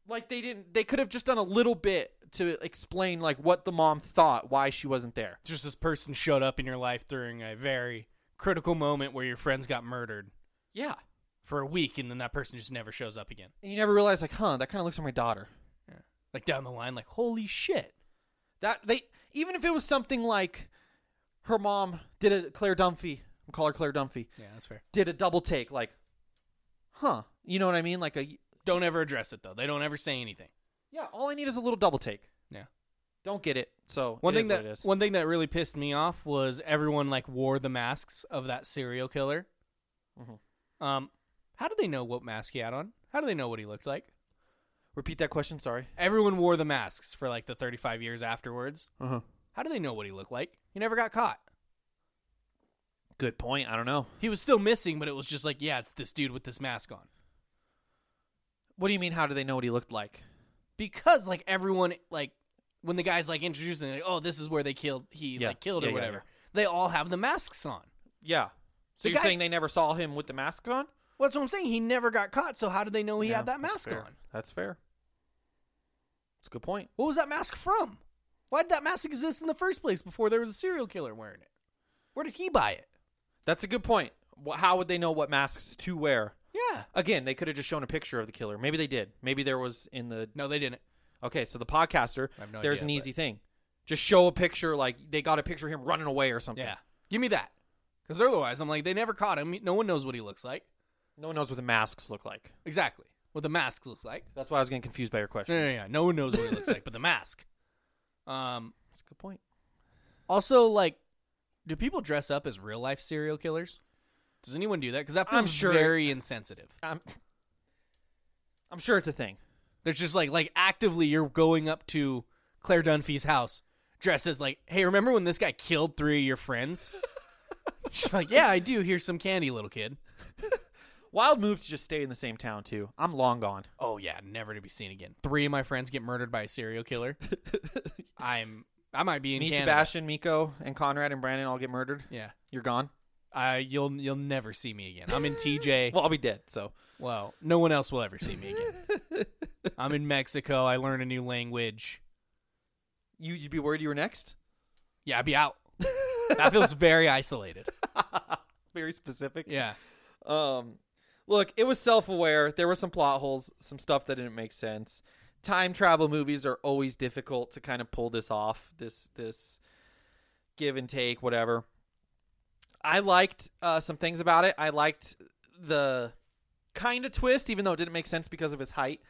Speaker 1: Like they didn't. They could have just done a little bit to explain like what the mom thought why she wasn't there.
Speaker 2: Just this person showed up in your life during a very critical moment where your friends got murdered
Speaker 1: Yeah.
Speaker 2: for a week, and then that person just never shows up again.
Speaker 1: and you never realize like huh that kind of looks like my daughter
Speaker 2: Like down the line, like holy shit.
Speaker 1: that they even if it was something like her mom did a claire dunphy we'll call her claire dunphy
Speaker 2: Yeah, that's fair.
Speaker 1: did a double take like huh you know what i mean like a
Speaker 2: Don't ever address it though. They don't ever say anything.
Speaker 1: yeah all i need is a little double take
Speaker 2: Yeah.
Speaker 1: don't get it so
Speaker 2: One
Speaker 1: it
Speaker 2: thing
Speaker 1: is
Speaker 2: that
Speaker 1: what it is.
Speaker 2: one thing that really pissed me off was everyone like wore the masks of that serial killer.
Speaker 1: Mhm.
Speaker 2: Um, how do they know what mask he had on? How do they know what he looked like?
Speaker 1: repeat that question sorry
Speaker 2: Everyone wore the masks for like the 35 years afterwards.
Speaker 1: uh-huh
Speaker 2: How do they know what he looked like? He never got caught.
Speaker 1: good point i don't know
Speaker 2: He was still missing, but it was just like, yeah, it's this dude with this mask on.
Speaker 1: what do you mean how do they know what he looked like
Speaker 2: Because like everyone like when the guys like introduced them, like, oh, this is where they killed he
Speaker 1: Yeah.
Speaker 2: like killed
Speaker 1: Yeah,
Speaker 2: or
Speaker 1: yeah,
Speaker 2: whatever.
Speaker 1: yeah.
Speaker 2: They all have the masks on.
Speaker 1: yeah so
Speaker 2: The
Speaker 1: you're
Speaker 2: guy-
Speaker 1: saying they never saw him with the mask on
Speaker 2: Well, that's what I'm saying. He never got caught, so how did they know he
Speaker 1: Yeah,
Speaker 2: had that
Speaker 1: that's
Speaker 2: mask
Speaker 1: fair.
Speaker 2: on?
Speaker 1: that's fair it's a good point
Speaker 2: What was that mask from? Why did that mask exist in the first place before there was a serial killer wearing it? Where did he buy it?
Speaker 1: that's a good point Wh- how would they know what masks to wear
Speaker 2: Yeah.
Speaker 1: Again, they could have just shown a picture of the killer. Maybe they did. Maybe there was in the
Speaker 2: No, they didn't.
Speaker 1: okay. So the podcaster,
Speaker 2: I have no
Speaker 1: there's
Speaker 2: idea,
Speaker 1: an
Speaker 2: but-
Speaker 1: easy thing. Just show a picture, like they got a picture of him running away or something.
Speaker 2: Yeah. Give me that. Because otherwise, I'm like, they never caught him. No one knows what he looks like.
Speaker 1: No one knows what the masks look like.
Speaker 2: Exactly. What the mask looks like.
Speaker 1: That's why I was getting confused by your question.
Speaker 2: No, no, no. No one knows what he looks like, but the mask. Um.
Speaker 1: That's a good point.
Speaker 2: Also, like, do people dress up as real life serial killers? Does anyone do that? Because that feels
Speaker 1: I'm sure-
Speaker 2: very insensitive.
Speaker 1: I'm, <laughs> I'm sure it's a thing.
Speaker 2: There's just like like actively you're going up to Claire Dunphy's house dressed as like, hey, remember when this guy killed three of your friends? <laughs> She's like, yeah, I do. Here's some candy, little kid.
Speaker 1: Wild move to just stay in the same town too. I'm long gone.
Speaker 2: Oh yeah, never to be seen again. Three of my friends get murdered by a serial
Speaker 1: <laughs>
Speaker 2: killer. I'm I might be in
Speaker 1: Me,
Speaker 2: Canada.
Speaker 1: Sebastian, Miko, and Conrad and Brandon all get murdered.
Speaker 2: Yeah,
Speaker 1: You're gone.
Speaker 2: I you'll you'll never see me again. I'm
Speaker 1: <laughs>
Speaker 2: in TJ.
Speaker 1: Well, I'll be dead. So
Speaker 2: Well, no one else will ever see me again.
Speaker 1: <laughs>
Speaker 2: I'm in Mexico. I learn a new language.
Speaker 1: you, you'd be worried you were next.
Speaker 2: Yeah, I'd be out. That feels
Speaker 1: <laughs>
Speaker 2: very isolated.
Speaker 1: Very specific.
Speaker 2: Yeah.
Speaker 1: Um, look, it was self aware. There were some plot holes, some stuff that didn't make sense. Time travel movies are always difficult to kind of pull this off. This this give and take, whatever. I liked uh, some things about it. I liked the kind of twist, even though it didn't make sense because of his height,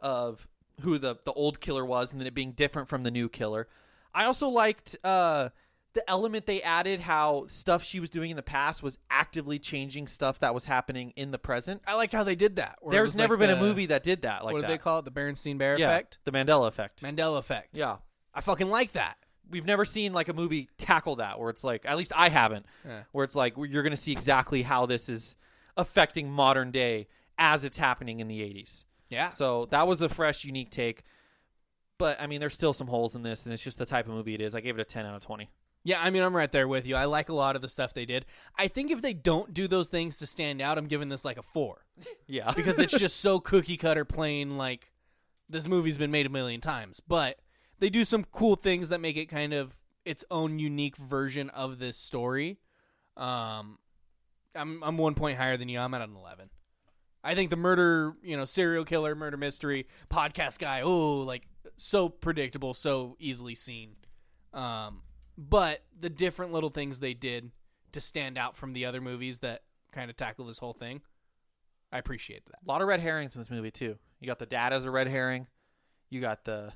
Speaker 1: of who the the old killer was, and then it being different from the new killer. I also liked uh, the element they added, how stuff she was doing in the past was actively changing stuff that was happening in the present.
Speaker 2: I liked how they did that. where it
Speaker 1: There's
Speaker 2: was like
Speaker 1: never been
Speaker 2: the-
Speaker 1: a movie that did that like
Speaker 2: what do
Speaker 1: that.
Speaker 2: they call it? The Berenstein Bear
Speaker 1: Yeah,
Speaker 2: effect?
Speaker 1: the Mandela effect.
Speaker 2: Mandela effect.
Speaker 1: yeah,
Speaker 2: I fucking like that.
Speaker 1: we've never seen like a movie tackle that where it's like at least I haven't
Speaker 2: Yeah.
Speaker 1: where it's like you're going to see exactly how this is affecting modern day as it's happening in the 80s.
Speaker 2: Yeah.
Speaker 1: So that was a fresh unique take. But I mean there's still some holes in this and it's just the type of movie it is. I gave it a 10 out of 20.
Speaker 2: Yeah, I mean, I'm right there with you. I like a lot of the stuff they did. I think if they don't do those things to stand out, I'm giving this like a four
Speaker 1: Yeah.
Speaker 2: because it's just so cookie cutter plain. Like this movie's been made a million times, but they do some cool things that make it kind of its own unique version of this story. Um, I'm I'm one point higher than you. I'm at an eleven. I think the murder, you know, serial killer, murder mystery podcast guy. Oh, like so predictable, so easily seen. Um, but the different little things they did to stand out from the other movies that kind of tackle this whole thing, I appreciate that.
Speaker 1: a lot of red herrings in this movie too. You got the dad as a red herring. You got the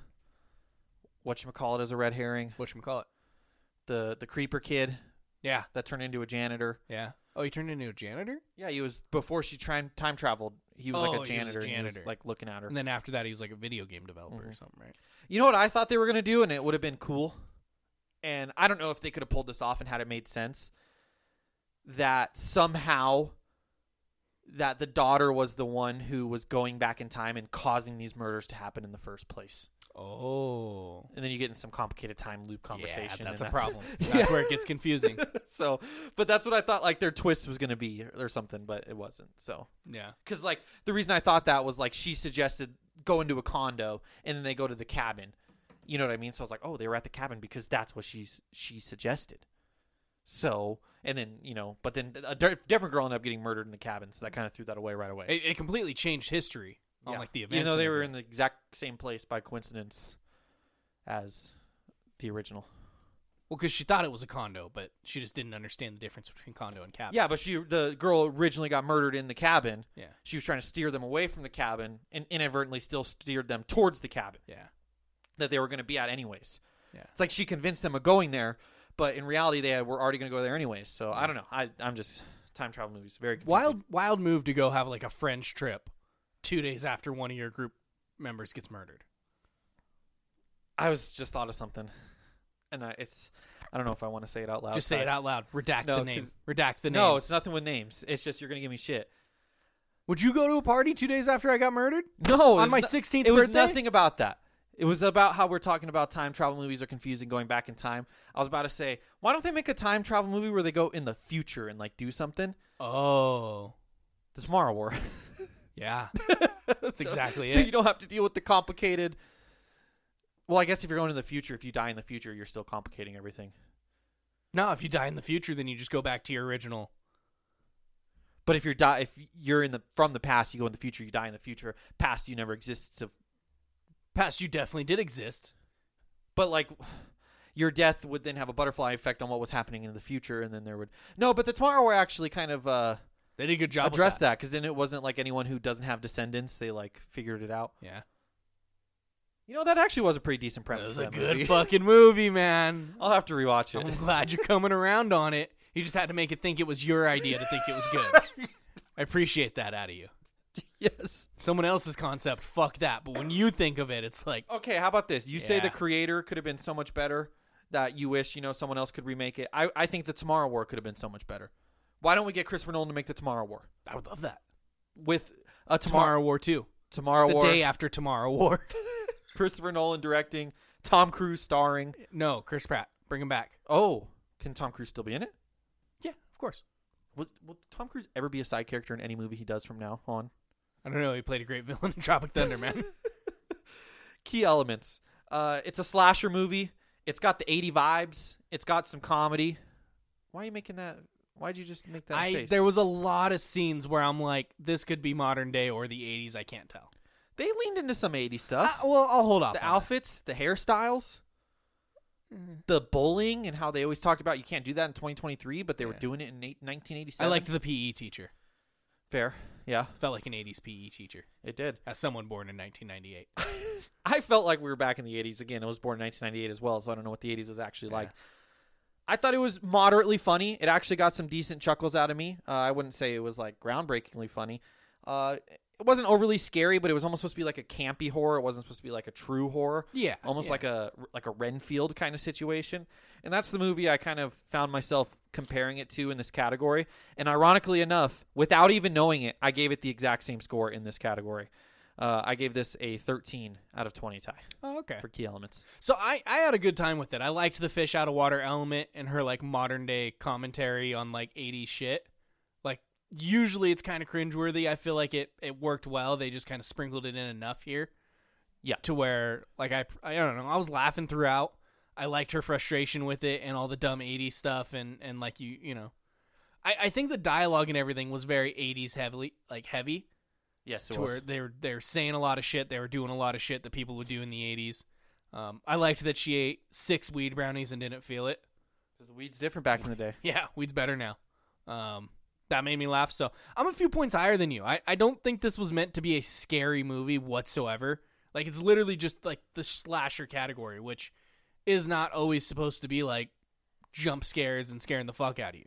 Speaker 1: what you call it as a red herring.
Speaker 2: What should call it?
Speaker 1: The the creeper kid
Speaker 2: Yeah,
Speaker 1: that turned into a janitor.
Speaker 2: yeah. Oh, he turned into a janitor,
Speaker 1: Yeah, he was before she time time traveled. He was
Speaker 2: Oh, he
Speaker 1: like a
Speaker 2: was a
Speaker 1: janitor. and He was,
Speaker 2: janitor.
Speaker 1: like looking at her.
Speaker 2: and then after that, he was like a video game developer or something, right?
Speaker 1: You know what I thought they were gonna do, and it would have been cool. And I don't know if they could have pulled this off and had it made sense. That somehow that the daughter was the one who was going back in time and causing these murders to happen in the first place.
Speaker 2: Oh,
Speaker 1: And then you get in some complicated time loop conversation.
Speaker 2: Yeah, that's a
Speaker 1: and
Speaker 2: problem. That's where it <laughs> gets confusing.
Speaker 1: <laughs> so, but that's what I thought like their twist was going to be or, or something, but it wasn't. So,
Speaker 2: yeah.
Speaker 1: because like the reason I thought that was like she suggested go into a condo and then they go to the cabin. You know what I mean? So I was like, oh, they were at the cabin because that's what she's she suggested. So and then you know, but then a di- different girl ended up getting murdered in the cabin, so that kind of threw that away right away.
Speaker 2: It, it completely changed history on
Speaker 1: Yeah.
Speaker 2: like the events.
Speaker 1: even though
Speaker 2: and
Speaker 1: they were in
Speaker 2: everything.
Speaker 1: the exact same place by coincidence as the original.
Speaker 2: well, because she thought it was a condo, but she just didn't understand the difference between condo and cabin.
Speaker 1: Yeah, but she the girl originally got murdered in the cabin.
Speaker 2: yeah,
Speaker 1: She was trying to steer them away from the cabin and inadvertently still steered them towards the cabin
Speaker 2: yeah.
Speaker 1: that they were going to be at anyways.
Speaker 2: Yeah.
Speaker 1: It's like she convinced them of going there, but in reality they were already going to go there anyways. So I don't know. I I'm just time travel movies very confusing.
Speaker 2: Wild, wild move to go have like a French trip two days after one of your group members gets murdered.
Speaker 1: I was just thought of something. And I, it's I don't know if I want to say it out loud.
Speaker 2: Just say
Speaker 1: so
Speaker 2: it
Speaker 1: I-
Speaker 2: out loud. Redact
Speaker 1: No,
Speaker 2: the name.
Speaker 1: 'cause-
Speaker 2: Redact the name.
Speaker 1: No, it's nothing with names. It's just you're going to give me shit.
Speaker 2: Would you go to a party two days after I got murdered?
Speaker 1: No,
Speaker 2: On
Speaker 1: it was
Speaker 2: my
Speaker 1: no-
Speaker 2: 16th
Speaker 1: It was
Speaker 2: birthday?
Speaker 1: nothing about that. It was about how we're talking about time travel movies are confusing going back in time. I was about to say, why don't they make a time travel movie where they go in the future and like do something?
Speaker 2: Oh,
Speaker 1: The Tomorrow War. <laughs>
Speaker 2: <laughs> yeah. That's exactly
Speaker 1: so
Speaker 2: it.
Speaker 1: you don't have to deal with the complicated. Well, I guess if you're going in the future, if you die in the future, you're still complicating everything.
Speaker 2: no, if you die in the future, then you just go back to your original.
Speaker 1: But if you're die, if you're in the from the past, you go in the future, you die in the future. Past you never exists. So,
Speaker 2: Past, you definitely did exist.
Speaker 1: but like, your death would then have a butterfly effect on what was happening in the future, and then there would no. But the Tomorrow War actually kind of uh,
Speaker 2: They did a good job. with
Speaker 1: addressed that because then it wasn't like anyone who doesn't have descendants. They like figured it out.
Speaker 2: Yeah.
Speaker 1: You know that actually was a pretty decent premise.
Speaker 2: That was
Speaker 1: for
Speaker 2: a
Speaker 1: that
Speaker 2: good
Speaker 1: movie. Oh.
Speaker 2: fucking movie, man.
Speaker 1: <laughs> I'll have to rewatch it.
Speaker 2: <laughs> I'm glad you're coming around on it. You just had to make it think it was your idea to think it was good.
Speaker 1: <laughs>
Speaker 2: I appreciate that out of you.
Speaker 1: yes.
Speaker 2: Someone else's concept, fuck that. But when you think of it, it's like,
Speaker 1: okay, how about this? You say the
Speaker 2: Yeah.
Speaker 1: creator could have been so much better that you wish, you know, someone else could remake it. I, I think the Tomorrow War could have been so much better. Why don't we get Christopher Nolan to make the Tomorrow War
Speaker 2: I would love that.
Speaker 1: with a
Speaker 2: Tomorrow
Speaker 1: Tomorrow
Speaker 2: War 2.
Speaker 1: Tomorrow
Speaker 2: The
Speaker 1: War?
Speaker 2: day after Tomorrow War. <laughs>
Speaker 1: Christopher Nolan directing, Tom Cruise starring.
Speaker 2: no, Chris Pratt. Bring him back.
Speaker 1: Oh, can Tom Cruise still be in it?
Speaker 2: Yeah, of course.
Speaker 1: Will, will Tom Cruise ever be a side character in any movie he does from now on?
Speaker 2: I don't know. He played a great <laughs> villain in Tropic Thunder, man.
Speaker 1: Key elements. Uh, it's a slasher movie. It's got the 80 vibes. It's got some comedy. Why are you making that? Why'd you just make that
Speaker 2: I
Speaker 1: face?
Speaker 2: there was a lot of scenes where I'm like, this could be modern day or the 80s. I can't tell.
Speaker 1: They leaned into some 80 stuff.
Speaker 2: Uh, well, I'll hold off.
Speaker 1: Oh. the
Speaker 2: on that.
Speaker 1: outfits, the hairstyles, the bullying, and how they always talked about you can't do that in 2023, but they were
Speaker 2: Yeah.
Speaker 1: doing it in eight- 1987.
Speaker 2: I liked the PE teacher.
Speaker 1: fair. Yeah,
Speaker 2: Felt like an 80s PE teacher.
Speaker 1: it did.
Speaker 2: As someone born
Speaker 1: <laughs>
Speaker 2: in 1998.
Speaker 1: I felt like we were back in the 80s again. I was born in 1998 as well, so I don't know what the 80s was actually like. I thought it was moderately funny. It actually got some decent chuckles out of me. Uh, I wouldn't say it was like groundbreakingly funny. Uh, it wasn't overly scary, but it was almost supposed to be like a campy horror. It wasn't supposed to be like a true horror.
Speaker 2: Yeah,
Speaker 1: almost
Speaker 2: yeah.
Speaker 1: like a like a Renfield kind of situation. And that's the movie I kind of found myself comparing it to in this category. And ironically enough, without even knowing it, I gave it the exact same score in this category. Uh, I gave this a 13 out of 20 tie
Speaker 2: Oh, okay.
Speaker 1: for key elements.
Speaker 2: So I, I had a good time with it. I liked the fish out of water element and her like modern day commentary on like 80s shit. Like usually it's kind of cringeworthy. I feel like it it worked well. They just kind of sprinkled it in enough here.
Speaker 1: Yeah.
Speaker 2: To where like I I don't know. I was laughing throughout. I liked her frustration with it and all the dumb 80s stuff and and like you you know. I I think the dialogue and everything was very 80s heavily like heavy
Speaker 1: Yes, it
Speaker 2: to
Speaker 1: was.
Speaker 2: where they were they were saying a lot of shit. They were doing a lot of shit that people would do in the '80s. Um, I liked that she ate six weed brownies and didn't feel it. <laughs>
Speaker 1: 'Cause the weed's different back in the day.
Speaker 2: Yeah, weed's better now. Um, that made me laugh. So I'm a few points higher than you. I, I don't think this was meant to be a scary movie whatsoever. Like it's literally just like the slasher category, which is not always supposed to be like jump scares and scaring the fuck out of you.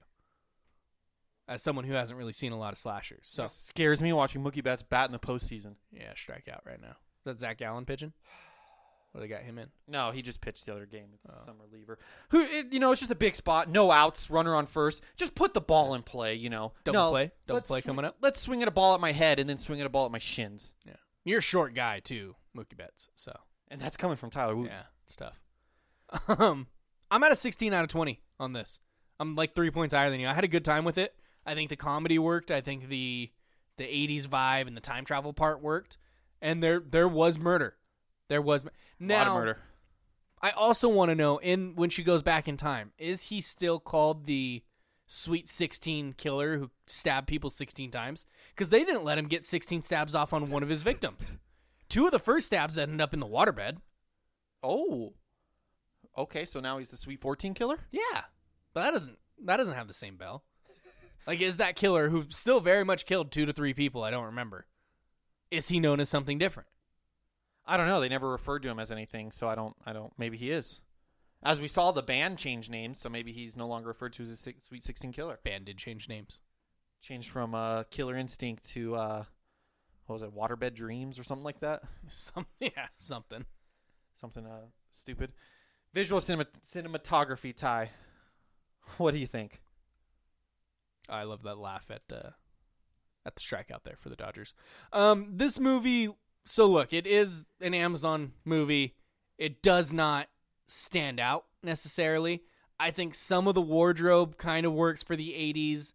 Speaker 2: As someone who hasn't really seen a lot of slashers, so
Speaker 1: It scares me watching Mookie Betts bat in the postseason.
Speaker 2: Yeah, strike out right now. Is that Zach Allen pitching? What do they got him in?
Speaker 1: No, he just pitched the other game. It's some reliever. Oh. Who it, you know, it's just a big spot, no outs, runner on first. Just put the ball in play, you know.
Speaker 2: Double
Speaker 1: No,
Speaker 2: play? Double
Speaker 1: let's
Speaker 2: play
Speaker 1: swing-
Speaker 2: coming up?
Speaker 1: Let's swing at a ball at my head and then swing at a ball at my shins.
Speaker 2: Yeah. You're a short guy too, Mookie Betts. So
Speaker 1: And that's coming from Tyler Wooten.
Speaker 2: yeah, it's tough. Um I'm at a sixteen out of twenty on this. I'm like three points higher than you. I had a good time with it. I think the comedy worked. I think the the eighties vibe and the time travel part worked. And there there was murder. There was now,
Speaker 1: a lot of murder.
Speaker 2: I also want to know in when she goes back in time, is he still called the Sweet 16 killer who stabbed people 16 times? Because they didn't let him get 16 stabs off on one of his victims. Two of the first stabs ended up in the waterbed.
Speaker 1: Oh. Okay, so now he's the sweet 14 killer?
Speaker 2: Yeah, but that doesn't that doesn't have the same bell. Like, is that killer who still very much killed two to three people? I don't remember. Is he known as something different?
Speaker 1: I don't know. They never referred to him as anything, so I don't I don't maybe he is. As we saw the band change names, so maybe he's no longer referred to as a six, sweet 16 killer.
Speaker 2: Band did change names. <laughs>
Speaker 1: Changed from uh, Killer Instinct to uh, what was it? Waterbed Dreams or something like that.
Speaker 2: Some yeah something.
Speaker 1: something uh, stupid. Visual cinema- cinematography tie. <laughs> What do you think?
Speaker 2: I love that laugh at uh, at the strike out there for the Dodgers. Um, this movie. So look, it is an Amazon movie. It does not stand out necessarily. I think some of the wardrobe kind of works for the '80s.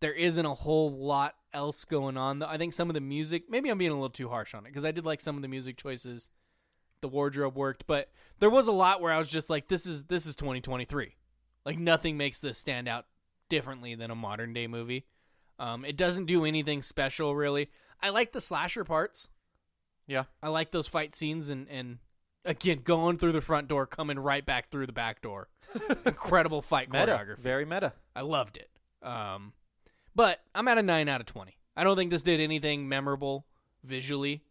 Speaker 2: There isn't a whole lot else going on though. I think some of the music. Maybe I'm being a little too harsh on it because I did like some of the music choices. The wardrobe worked, but there was a lot where I was just like, "This is this is 2023." Like nothing makes this stand out differently than a modern day movie. Um, it doesn't do anything special really. I like the slasher parts.
Speaker 1: Yeah,
Speaker 2: I like those fight scenes and and again going through the front door, coming right back through the back door. Incredible fight choreography.
Speaker 1: very meta.
Speaker 2: I loved it. Um, but I'm at a nine out of twenty. I don't think this did anything memorable visually,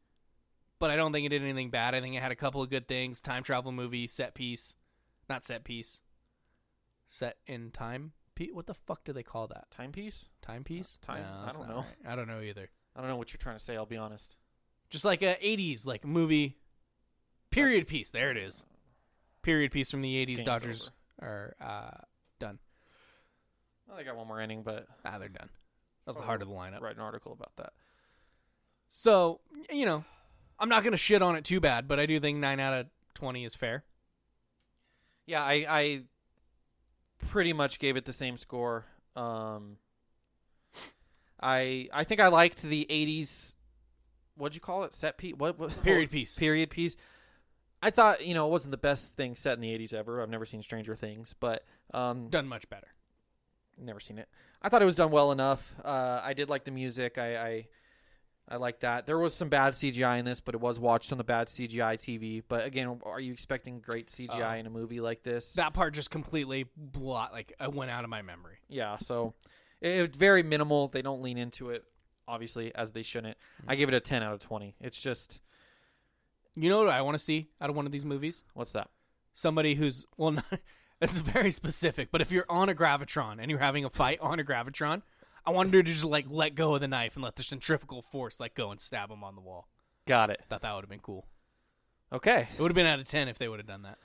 Speaker 2: but I don't think it did anything bad. I think it had a couple of good things: time travel movie, set piece, not set piece, set in time. Pe- What the fuck do they call that?
Speaker 1: Timepiece.
Speaker 2: Timepiece?
Speaker 1: Uh, time- I
Speaker 2: that's
Speaker 1: don't
Speaker 2: not
Speaker 1: know.
Speaker 2: right. I don't know either.
Speaker 1: I don't know what you're trying to say. I'll be honest.
Speaker 2: Just like a '80s like movie, period piece. There it is. Period piece from the '80s.
Speaker 1: Game's
Speaker 2: Dodgers are uh, done.
Speaker 1: Well, they got one more ending, but
Speaker 2: Ah, they're done. That
Speaker 1: Oh,
Speaker 2: was the heart of the lineup.
Speaker 1: write an article about that.
Speaker 2: So, you know, I'm not going to shit on it too bad, but I do think 9 out of 20 is fair.
Speaker 1: Yeah, I, I pretty much gave it the same score. Um, I I think I liked the '80s. What'd you call it? Set piece? What, what
Speaker 2: Period piece.
Speaker 1: Period piece. I thought you know it wasn't the best thing set in the '80s ever. I've never seen Stranger Things, but um,
Speaker 2: Done much better.
Speaker 1: never seen it. I thought it was done well enough. Uh, I did like the music. I, I I like that. There was some bad CGI in this, but it was watched on the bad CGI TV. But again, are you expecting great CGI in a movie like this?
Speaker 2: Uh, That part just completely blot like I went out of my memory.
Speaker 1: yeah, so it, it very minimal. They don't lean into it obviously as they shouldn't.
Speaker 2: Mm-hmm.
Speaker 1: I give it a 10 out of 20. It's just
Speaker 2: You know what I want to see out of one of these movies?
Speaker 1: what's that?
Speaker 2: Somebody who's well <laughs> not it's very specific, but if you're on a gravitron and you're having a fight on a gravitron, I wanted her to just like let go of the knife and let the centrifugal force like go and stab him on the wall.
Speaker 1: Got it.
Speaker 2: Thought that would have been cool.
Speaker 1: Okay.
Speaker 2: It would have been out of ten if they would have done that.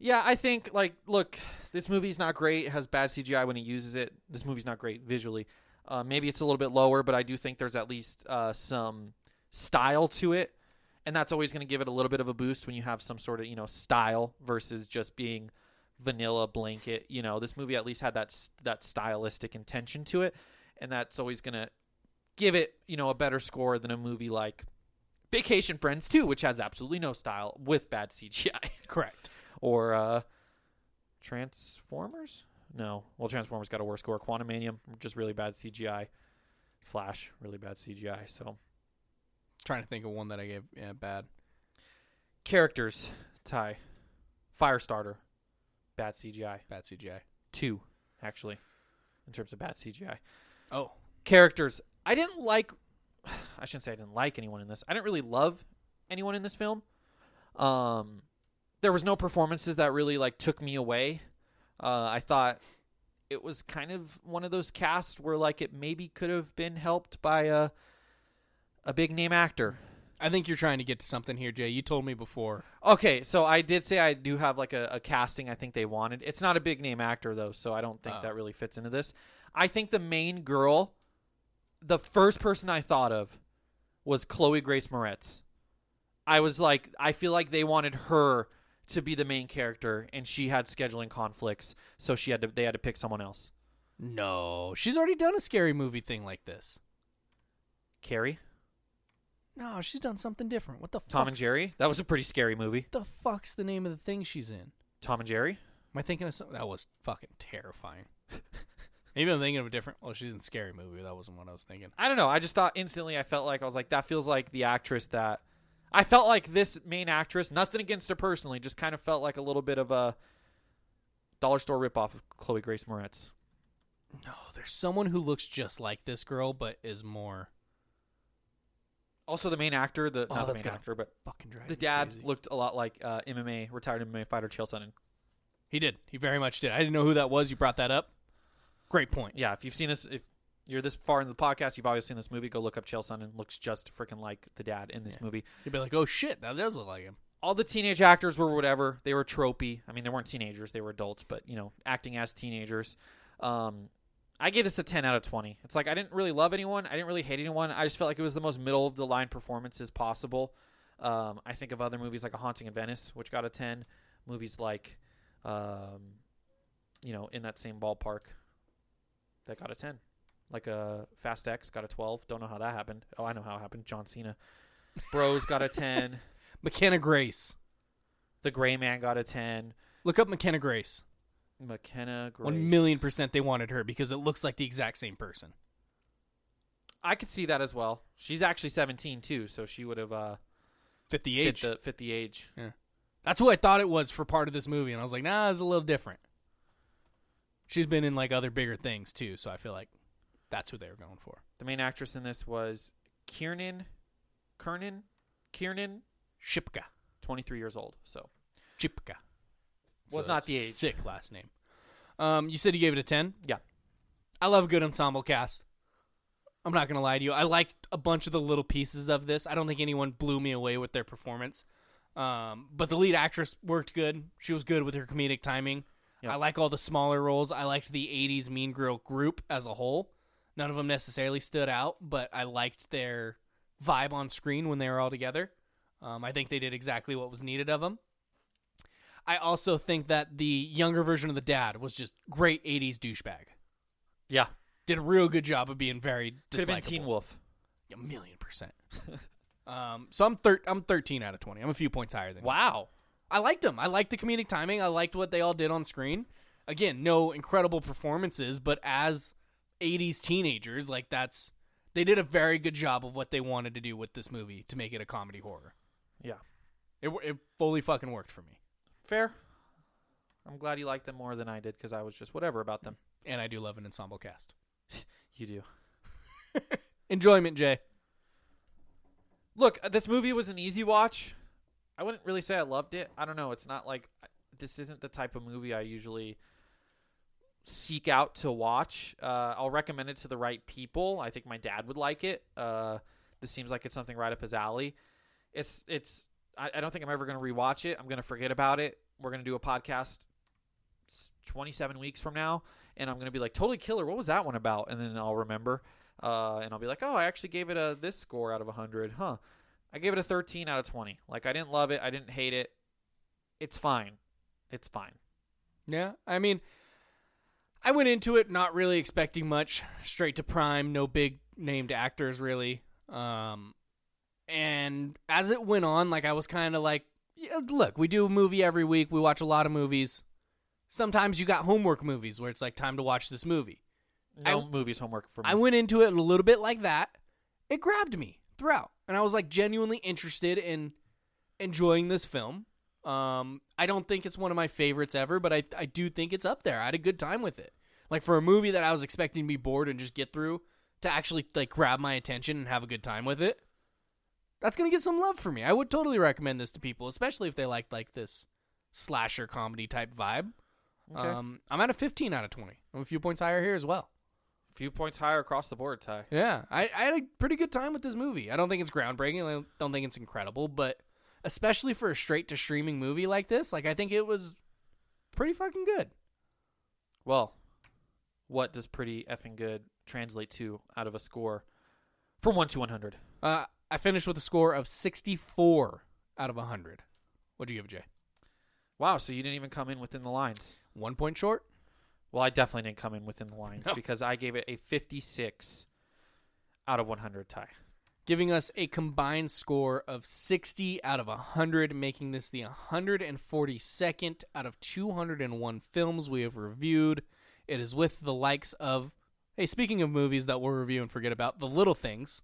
Speaker 1: Yeah, I think like look, this movie's not great. It has bad CGI when it uses it. This movie's not great visually. Uh, maybe it's a little bit lower, but I do think there's at least uh, some style to it, and that's always going to give it a little bit of a boost when you have some sort of you know style versus just being vanilla blanket. You know, this movie at least had that s- that stylistic intention to it, and that's always going to give it you know a better score than a movie like Vacation Friends 2, which has absolutely no style with bad <laughs> CGI
Speaker 2: Correct.
Speaker 1: or uh Transformers? No. Well, Transformers got a worse score. Quantumanium, just really bad CGI. Flash, really bad CGI. So
Speaker 2: Trying to think of one that I gave yeah, bad.
Speaker 1: characters, Ty, Firestarter, bad CGI.
Speaker 2: Bad CGI.
Speaker 1: Two, actually, in terms of bad CGI.
Speaker 2: Oh.
Speaker 1: characters. I didn't like. <sighs> I shouldn't say I didn't like anyone in this. I didn't really love anyone in this film. Um, there was no performances that really like took me away. Uh, I thought it was kind of one of those casts where like it maybe could have been helped by a a big name actor.
Speaker 2: I think you're trying to get to something here, Jay. You told me before.
Speaker 1: Okay, so I did say I do have like a, a casting I think they wanted. It's not a big name actor though, so I don't think
Speaker 2: Oh.
Speaker 1: that really fits into this. I think the main girl, the first person I thought of was Chloe Grace Moretz. I was like, I feel like they wanted her to be the main character, and she had scheduling conflicts, so she had to they had to pick someone else.
Speaker 2: No. She's already done a scary movie thing like this.
Speaker 1: Carrie,
Speaker 2: No, she's done something different. What the fuck?
Speaker 1: Tom and Jerry. That was a pretty scary movie.
Speaker 2: What the fuck's the name of the thing she's in?
Speaker 1: Tom and Jerry.
Speaker 2: Am I thinking of something? That was fucking terrifying. <laughs> Maybe I'm thinking of a different. Oh, she's in scary movie. That wasn't what I was thinking.
Speaker 1: I don't know. I just thought instantly. I felt like I was like that feels like the actress that I felt like this main actress. Nothing against her personally, just kind of felt like a little bit of a dollar store ripoff of Chloe Grace Moretz.
Speaker 2: No, there's someone who looks just like this girl, but is more
Speaker 1: Also, the main actor, the
Speaker 2: Oh,
Speaker 1: not the
Speaker 2: that's
Speaker 1: main
Speaker 2: gonna
Speaker 1: actor, but
Speaker 2: fucking driving.
Speaker 1: the dad
Speaker 2: crazy.
Speaker 1: looked a lot like uh, MMA retired MMA fighter Chael Sonnen.
Speaker 2: He did. He very much did. I didn't know who that was. You brought that up. Great point.
Speaker 1: Yeah, if you've seen this, if you're this far into the podcast, you've always seen this movie. Go look up Chael Sonnen. Looks just freaking like the dad in this movie.
Speaker 2: You'd be like, oh shit, that does look like him.
Speaker 1: all the teenage actors were whatever. They were tropey. I mean, they weren't teenagers; they were adults, but you know, acting as teenagers. Um, I gave this a ten out of twenty. It's like I didn't really love anyone. I didn't really hate anyone. I just felt like it was the most middle of the line performances possible. Um, I think of other movies like A Haunting in Venice, which got a ten. Movies like, um, you know, in that same ballpark, that got a ten. Like a Fast X got a twelve. Don't know how that happened. Oh, I know how it happened. John Cena, Bros got a ten.
Speaker 2: McKenna Grace.
Speaker 1: The Gray Man got a 10.
Speaker 2: Look up McKenna Grace.
Speaker 1: McKenna Grace.
Speaker 2: One million percent they wanted her because it looks like the exact same person.
Speaker 1: I could see that as well. She's actually 17 too, so she would have uh,
Speaker 2: Fit the
Speaker 1: fit
Speaker 2: age.
Speaker 1: the fit the age.
Speaker 2: That's who I thought it was for part of this movie, and I was like, nah, it's a little different. She's been in like other bigger things too, so I feel like that's who they were going for.
Speaker 1: The main actress in this was Kiernan Kernan Kiernan,
Speaker 2: Shipka.
Speaker 1: 23 years old. So
Speaker 2: Chipka.
Speaker 1: Was not the age.
Speaker 2: Sick last name. Um, you said you gave it a ten.
Speaker 1: yeah,
Speaker 2: I love a good ensemble cast. I'm not gonna lie to you. I liked a bunch of the little pieces of this. I don't think anyone blew me away with their performance. Um, but the lead actress worked good. She was good with her comedic timing.
Speaker 1: Yep.
Speaker 2: I like all the smaller roles. I liked the '80s Mean Girl group as a whole. None of them necessarily stood out, but I liked their vibe on screen when they were all together. Um, I think they did exactly what was needed of them. I also think that the younger version of the dad was just great '80s douchebag
Speaker 1: yeah.
Speaker 2: did a real good job of being very
Speaker 1: Could have been Teen
Speaker 2: dislikable.
Speaker 1: Wolf.
Speaker 2: A million
Speaker 1: <laughs>
Speaker 2: percent. um, so I'm thir- I'm 13 out of 20. I'm a few points higher than. you.
Speaker 1: Wow.
Speaker 2: I liked them. I liked the comedic timing. I liked what they all did on screen. Again, no incredible performances, but as 80s teenagers, like that's they did a very good job of what they wanted to do with this movie to make it a comedy horror.
Speaker 1: Yeah,
Speaker 2: It it fully fucking worked for me,
Speaker 1: fair. I'm glad you liked them more than I did because I was just whatever about them.
Speaker 2: and I do love an ensemble cast.
Speaker 1: You do.
Speaker 2: Enjoyment, Jay.
Speaker 1: look, uh, this movie was an easy watch. I wouldn't really say I loved it. I don't know. It's not like this isn't the type of movie I usually seek out to watch. Uh, I'll recommend it to the right people. I think my dad would like it. Uh, this seems like it's something right up his alley. It's it's. I, I don't think I'm ever going to rewatch it. I'm going to forget about it. We're going to do a podcast s- 27 weeks from now, and I'm going to be like, totally killer. What was that one about? And then I'll remember, uh, and I'll be like, oh, I actually gave it a this score out of 100, huh? I gave it a 13 out of 20. Like I didn't love it. I didn't hate it. It's fine. It's fine.
Speaker 2: Yeah, I mean, I went into it not really expecting much. Straight to prime, no big named actors really. Um, and as it went on, like I was kind of like, yeah, look, we do a movie every week. We watch a lot of movies. Sometimes you got homework movies where it's like time to watch this movie.
Speaker 1: No movies homework for me.
Speaker 2: I went into it a little bit like that. It grabbed me throughout, and I was like genuinely interested in enjoying this film. Um, I don't think it's one of my favorites ever, but I I do think it's up there. I had a good time with it. Like for a movie that I was expecting to be bored and just get through, to actually like grab my attention and have a good time with it. That's gonna get some love for me. I would totally recommend this to people, especially if they like like this slasher comedy type vibe.
Speaker 1: Okay.
Speaker 2: Um, I'm at a 15 out of 20. I'm a few points higher here as well.
Speaker 1: a few points higher across the board, Ty.
Speaker 2: Yeah, I, I had a pretty good time with this movie. I don't think it's groundbreaking. I don't think it's incredible, but especially for a straight to streaming movie like this, like I think it was pretty fucking good.
Speaker 1: Well, what does pretty effing good translate to out of a score from 1 to 100?
Speaker 2: Uh, I finished with a score of 64 out of 100. What'd you give it, Jay?
Speaker 1: Wow, so you didn't even come in within the lines.
Speaker 2: One point short.
Speaker 1: Well, I definitely didn't come in within the lines
Speaker 2: <laughs> No.
Speaker 1: because I gave it a 56 out of 100, Ty.
Speaker 2: giving us a combined score of 60 out of 100, making this the 142nd out of 201 films we have reviewed. It is with the likes of, hey, speaking of movies that we'll review and forget about, The Little Things,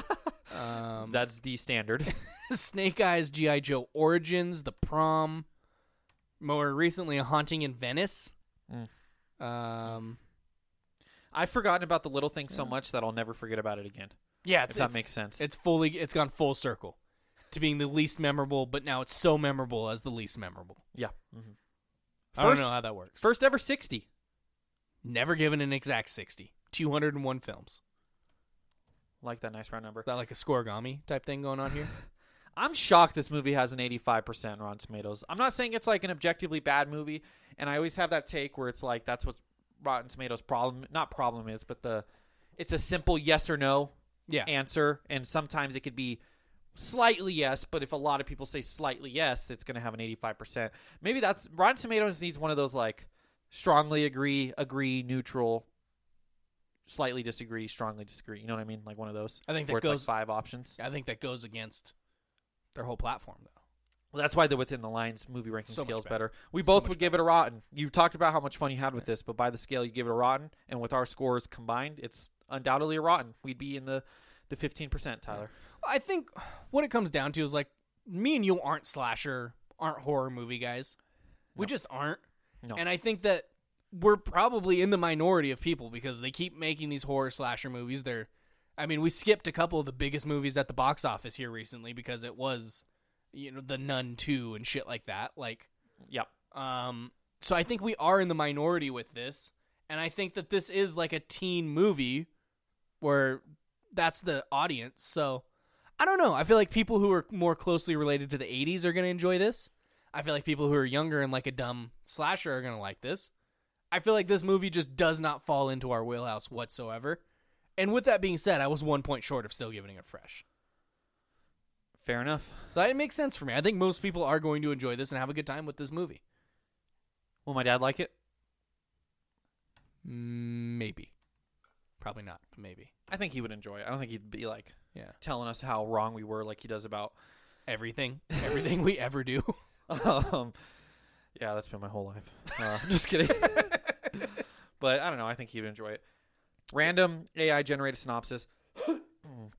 Speaker 2: <laughs> um,
Speaker 1: That's the
Speaker 2: <laughs>
Speaker 1: standard.
Speaker 2: Snake Eyes, G.I. Joe Origins, The Prom, more recently, A Haunting in Venice.
Speaker 1: Mm.
Speaker 2: Um,
Speaker 1: I've forgotten about the little thing so much that I'll never forget about it again.
Speaker 2: Yeah,
Speaker 1: If that makes sense.
Speaker 2: It's fully it's gone full circle to being the least memorable, but now it's so memorable as the least memorable.
Speaker 1: Yeah. Mm-hmm.
Speaker 2: I don't know how that works.
Speaker 1: First ever 60.
Speaker 2: never given an exact 60. 201 films.
Speaker 1: Like that nice round number.
Speaker 2: Is that like a scoregami type thing going on here?
Speaker 1: I'm shocked this movie has an 85% Rotten Tomatoes. I'm not saying it's like an objectively bad movie, and I always have that take where it's like that's what Rotten Tomatoes problem not problem is, but the it's a simple yes or no
Speaker 2: <sighs> yeah.
Speaker 1: answer, and sometimes it could be slightly yes, but if a lot of people say slightly yes, it's going to have an 85%. Maybe that's Rotten Tomatoes needs one of those like strongly agree, agree, neutral, slightly disagree, strongly disagree. You know what I mean? Like one of those.
Speaker 2: I think that
Speaker 1: where it's
Speaker 2: goes-
Speaker 1: like five options.
Speaker 2: I think that goes against their whole platform though.
Speaker 1: Well, that's why the Within the Lines movie ranking
Speaker 2: So much
Speaker 1: scale is
Speaker 2: better.
Speaker 1: better. We both
Speaker 2: much
Speaker 1: would give it a rotten. You talked about how much fun you had with this, but by the scale, you give it a rotten, and with our scores combined, it's undoubtedly a rotten. We'd be in the the fifteen percent, Tyler.
Speaker 2: I think what it comes down to is like me and you aren't slasher, aren't horror movie guys. We just aren't.
Speaker 1: No.
Speaker 2: And I think that we're probably in the minority of people because they keep making these horror slasher movies. They're I mean, we skipped a couple of the biggest movies at the box office here recently because it was you know, The Nun 2 and shit like that. Like
Speaker 1: Yep.
Speaker 2: um, so I think we are in the minority with this, and I think that this is like a teen movie where that's the audience. So I don't know. I feel like people who are more closely related to the '80s are gonna enjoy this. I feel like people who are younger and like a dumb slasher are gonna like this. I feel like this movie just does not fall into our wheelhouse whatsoever. And with that being said, I was one point short of still giving it fresh.
Speaker 1: Fair enough.
Speaker 2: So it makes sense for me. I think most people are going to enjoy this and have a good time with this movie.
Speaker 1: Will my dad like it?
Speaker 2: Mm, Maybe. Probably not, but maybe.
Speaker 1: I think he would enjoy it. I don't think he'd be like
Speaker 2: Yeah.
Speaker 1: telling us how wrong we were, like he does about.
Speaker 2: Everything. Everything we ever <laughs> do.
Speaker 1: Um, yeah, that's been my whole
Speaker 2: <laughs>
Speaker 1: life. Uh, I'm just kidding. <laughs> but I don't know. I think he'd enjoy it. Random AI generated synopsis. <sniffs> mm,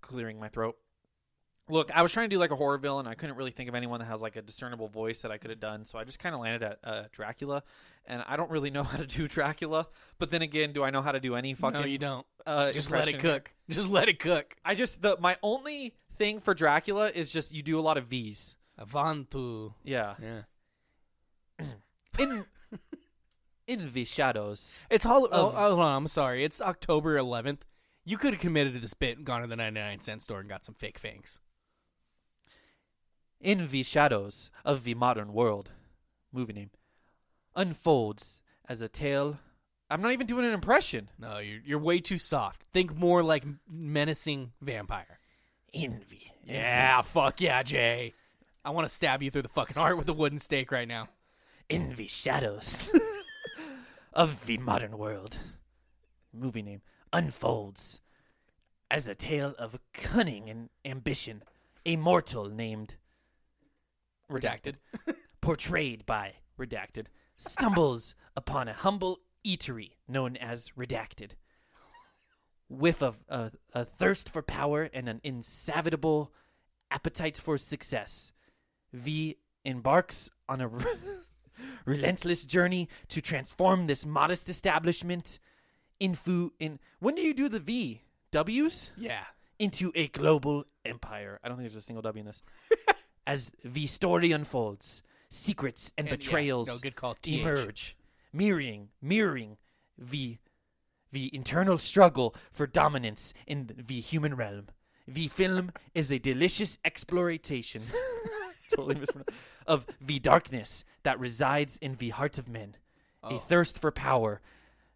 Speaker 1: Clearing my throat. Look, I was trying to do like a horror villain. I couldn't really think of anyone that has like a discernible voice that I could have done. So I just kind of landed at uh, Dracula. And I don't really <laughs> know how to do Dracula. But then again, do I know how to do any fucking?
Speaker 2: no, you don't.
Speaker 1: Uh,
Speaker 2: Just let it
Speaker 1: impression?
Speaker 2: cook. Just let it cook.
Speaker 1: I just the my only thing for Dracula is just you do a lot of V's.
Speaker 2: Avantu.
Speaker 1: Yeah.
Speaker 2: Yeah.
Speaker 1: In in the shadows.
Speaker 2: It's Hall- oh,
Speaker 1: Of-
Speaker 2: oh, hold on, I'm sorry. It's October 11th. You could have committed to this bit and gone to the 99 cent store and got some fake fangs.
Speaker 1: In the shadows of the modern world, movie name, unfolds as a tale. I'm not even doing an impression.
Speaker 2: No, you're you're way too soft. Think more like menacing vampire.
Speaker 1: Envy.
Speaker 2: Yeah, fuck yeah, Jay. I want to stab you through the fucking heart with a wooden stake right now.
Speaker 1: In the shadows <laughs> of the modern world, movie name, unfolds as a tale of cunning and ambition. A mortal named
Speaker 2: Redacted.
Speaker 1: portrayed by Redacted, stumbles upon a humble eatery known as Redacted. With a, a, a thirst for power and an insatiable appetite for success, V embarks on a <laughs> relentless journey to transform this modest establishment into. In, when do you do the V? W's?
Speaker 2: Yeah.
Speaker 1: into a global empire. I don't think there's a single W
Speaker 2: <laughs>
Speaker 1: in this. As the story unfolds, secrets and,
Speaker 2: And, yeah,
Speaker 1: betrayals
Speaker 2: no, good call, TH.
Speaker 1: emerge, mirroring, mirroring the the internal struggle for dominance in the human realm. The film is a delicious
Speaker 2: <laughs>
Speaker 1: exploitation totally mispronounced, of the darkness that resides in the heart of men,
Speaker 2: Oh.
Speaker 1: a thirst for power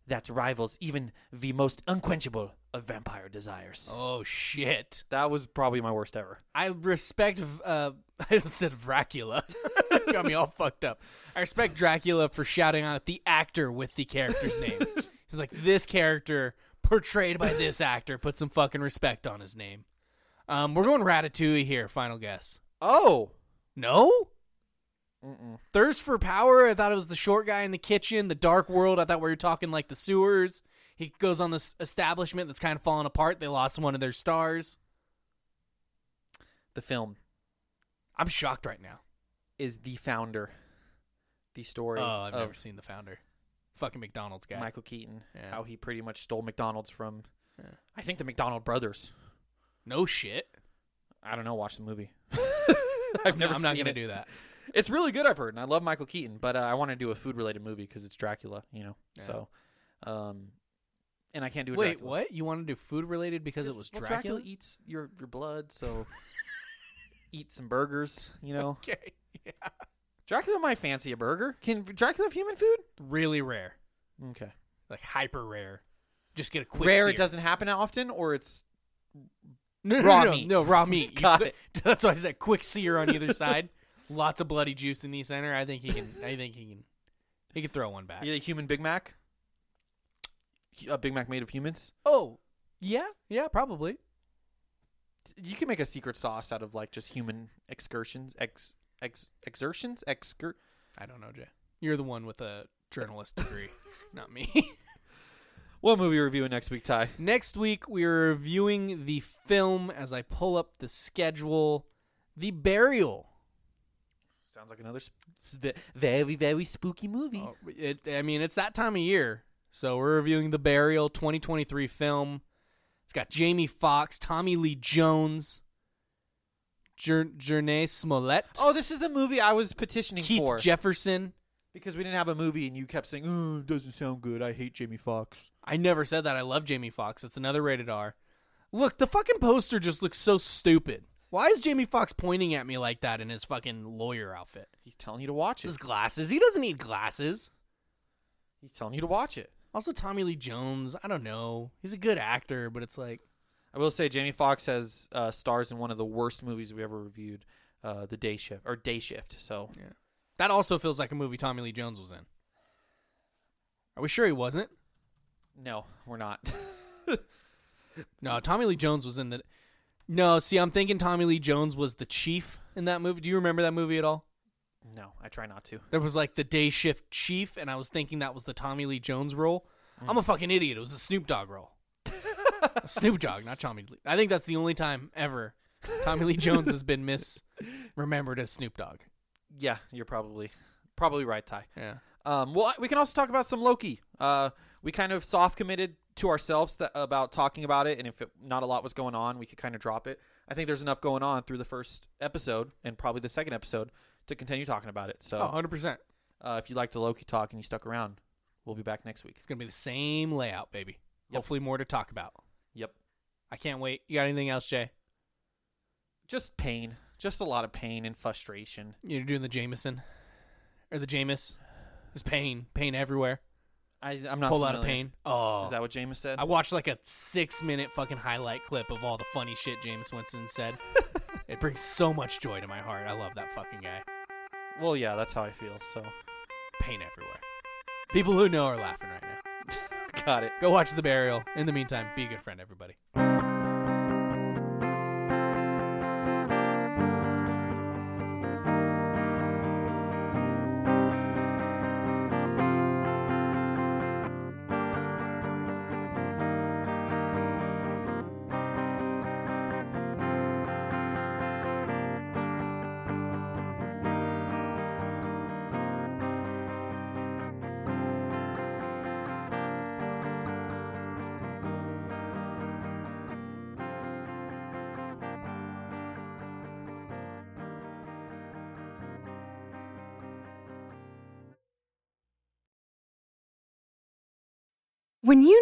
Speaker 1: that rivals even the most unquenchable of vampire desires.
Speaker 2: Oh shit.
Speaker 1: That was probably my worst ever.
Speaker 2: I respect uh <laughs> I said Dracula. <laughs> Got me all fucked up. I respect Dracula for shouting out the actor with the character's name. He's like this character portrayed by this actor put some fucking respect on his name. Um we're going Ratatouille here, final guess.
Speaker 1: Oh,
Speaker 2: No? Thirst for power. I thought it was the short guy in the kitchen, the dark world. I thought we were talking like the sewers. He goes on this establishment that's kind of falling apart. They lost one of their stars.
Speaker 1: the film
Speaker 2: I'm shocked right now.
Speaker 1: is the founder, the story
Speaker 2: Oh, I've
Speaker 1: of
Speaker 2: never seen the founder. Fucking McDonald's guy.
Speaker 1: Michael Keaton,
Speaker 2: Yeah.
Speaker 1: how he pretty much stole McDonald's from, I think the McDonald brothers.
Speaker 2: No shit.
Speaker 1: I don't know. Watch the
Speaker 2: <laughs>
Speaker 1: movie. <laughs>
Speaker 2: I've
Speaker 1: I've never.
Speaker 2: I'm not
Speaker 1: seen
Speaker 2: gonna
Speaker 1: it.
Speaker 2: do that.
Speaker 1: It's really good. I've heard, and I love Michael Keaton, but uh, I want to do a food related movie because it's Dracula, you know.
Speaker 2: Yeah.
Speaker 1: So, um, and I can't do a
Speaker 2: Wait,
Speaker 1: Dracula.
Speaker 2: what? You want to do food related because it was
Speaker 1: Well,
Speaker 2: Dracula?
Speaker 1: eats your your blood, so <laughs> eat some burgers, you know.
Speaker 2: <laughs> Okay.
Speaker 1: Dracula might fancy a burger. Can Dracula have human food?
Speaker 2: Really rare.
Speaker 1: Okay.
Speaker 2: Like hyper rare. Just get a quick
Speaker 1: Rare
Speaker 2: sear.
Speaker 1: it doesn't happen often or it's
Speaker 2: no, no,
Speaker 1: raw
Speaker 2: no, no,
Speaker 1: meat.
Speaker 2: No,
Speaker 1: <laughs>
Speaker 2: raw meat. You
Speaker 1: Got
Speaker 2: could- <laughs> That's why I said quick sear on either side. <laughs> Lots of bloody juice in the center. I think he can I think he can he can throw one back.
Speaker 1: you get a human Big Mac? A Big Mac made of humans?
Speaker 2: Oh. Yeah, yeah, probably.
Speaker 1: You can make a secret sauce out of like just human excursions, ex ex exertions, excur
Speaker 2: I don't know, Jay. You're the one with a journalist degree, not me. <laughs>
Speaker 1: What movie are we reviewing next week, Ty?
Speaker 2: Next week, we're reviewing the film as I pull up the schedule The Burial.
Speaker 1: Sounds like another very very spooky movie.
Speaker 2: Oh, it, I mean, it's that time of year. So we're reviewing The Burial 2023 film. It's got Jamie Foxx, Tommy Lee Jones, Jour- Journey Smollett,
Speaker 1: Oh, this is the movie I was petitioning
Speaker 2: Keith
Speaker 1: for
Speaker 2: Jefferson.
Speaker 1: because we didn't have a movie, and you kept saying, "Oh, it doesn't sound good. I hate Jamie Foxx."
Speaker 2: I never said that. I love Jamie Foxx. It's another rated R. Look, the fucking poster just looks so stupid. Why is Jamie Foxx pointing at me like that in his fucking lawyer outfit?
Speaker 1: He's telling you to watch it.
Speaker 2: His glasses. He doesn't need glasses.
Speaker 1: He's telling you to watch it.
Speaker 2: Also, Tommy Lee Jones. I don't know. He's a good actor, but it's like
Speaker 1: I will say Jamie Foxx has uh, stars in one of the worst movies we ever reviewed, uh, The Day Shift or Day Shift. So
Speaker 2: that also feels like a movie Tommy Lee Jones was in. Are we sure he wasn't?
Speaker 1: no, we're not. <laughs>
Speaker 2: No, Tommy Lee Jones was in the. No, see, I'm thinking Tommy Lee Jones was the chief in that movie. Do you remember that movie at all?
Speaker 1: no, I try not to.
Speaker 2: There was like the day shift chief, and I was thinking that was the Tommy Lee Jones role.
Speaker 1: Mm.
Speaker 2: I'm a fucking idiot. It was the Snoop
Speaker 1: <laughs>
Speaker 2: Dogg role. Snoop Dogg, not Tommy Lee. I think that's the only time ever Tommy Lee Jones has been misremembered as Snoop Dogg.
Speaker 1: Yeah, you're probably probably right, Ty.
Speaker 2: Yeah.
Speaker 1: Um, well, we can also talk about some Loki. Uh, we kind of soft committed to ourselves that, about talking about it, and if it, not a lot was going on, we could kind of drop it. I think there's enough going on through the first episode and probably the second episode to continue talking about it. So
Speaker 2: Oh, 100%.
Speaker 1: uh, if you liked the Loki talk and you stuck around, We'll be back next week.
Speaker 2: It's gonna be the same layout, baby.
Speaker 1: Yep.
Speaker 2: Hopefully, more to talk about.
Speaker 1: Yep.
Speaker 2: I can't wait. You got anything else, Jay?
Speaker 1: Just pain. Just a lot of pain and frustration.
Speaker 2: You're doing the Jameson or the Jameis? There's pain, pain everywhere.
Speaker 1: I, I'm not
Speaker 2: Whole lot of
Speaker 1: familiar.
Speaker 2: pain. Oh,
Speaker 1: Is that what James said?
Speaker 2: I watched like a six minute fucking highlight clip of all the funny shit James Winston said. it brings so much joy to my heart. I love that fucking guy.
Speaker 1: well, yeah, that's how I feel. So,
Speaker 2: Pain everywhere. People who know are laughing right now.
Speaker 1: got it.
Speaker 2: Go watch The Burial. In the meantime, be a good friend, everybody.
Speaker 5: When you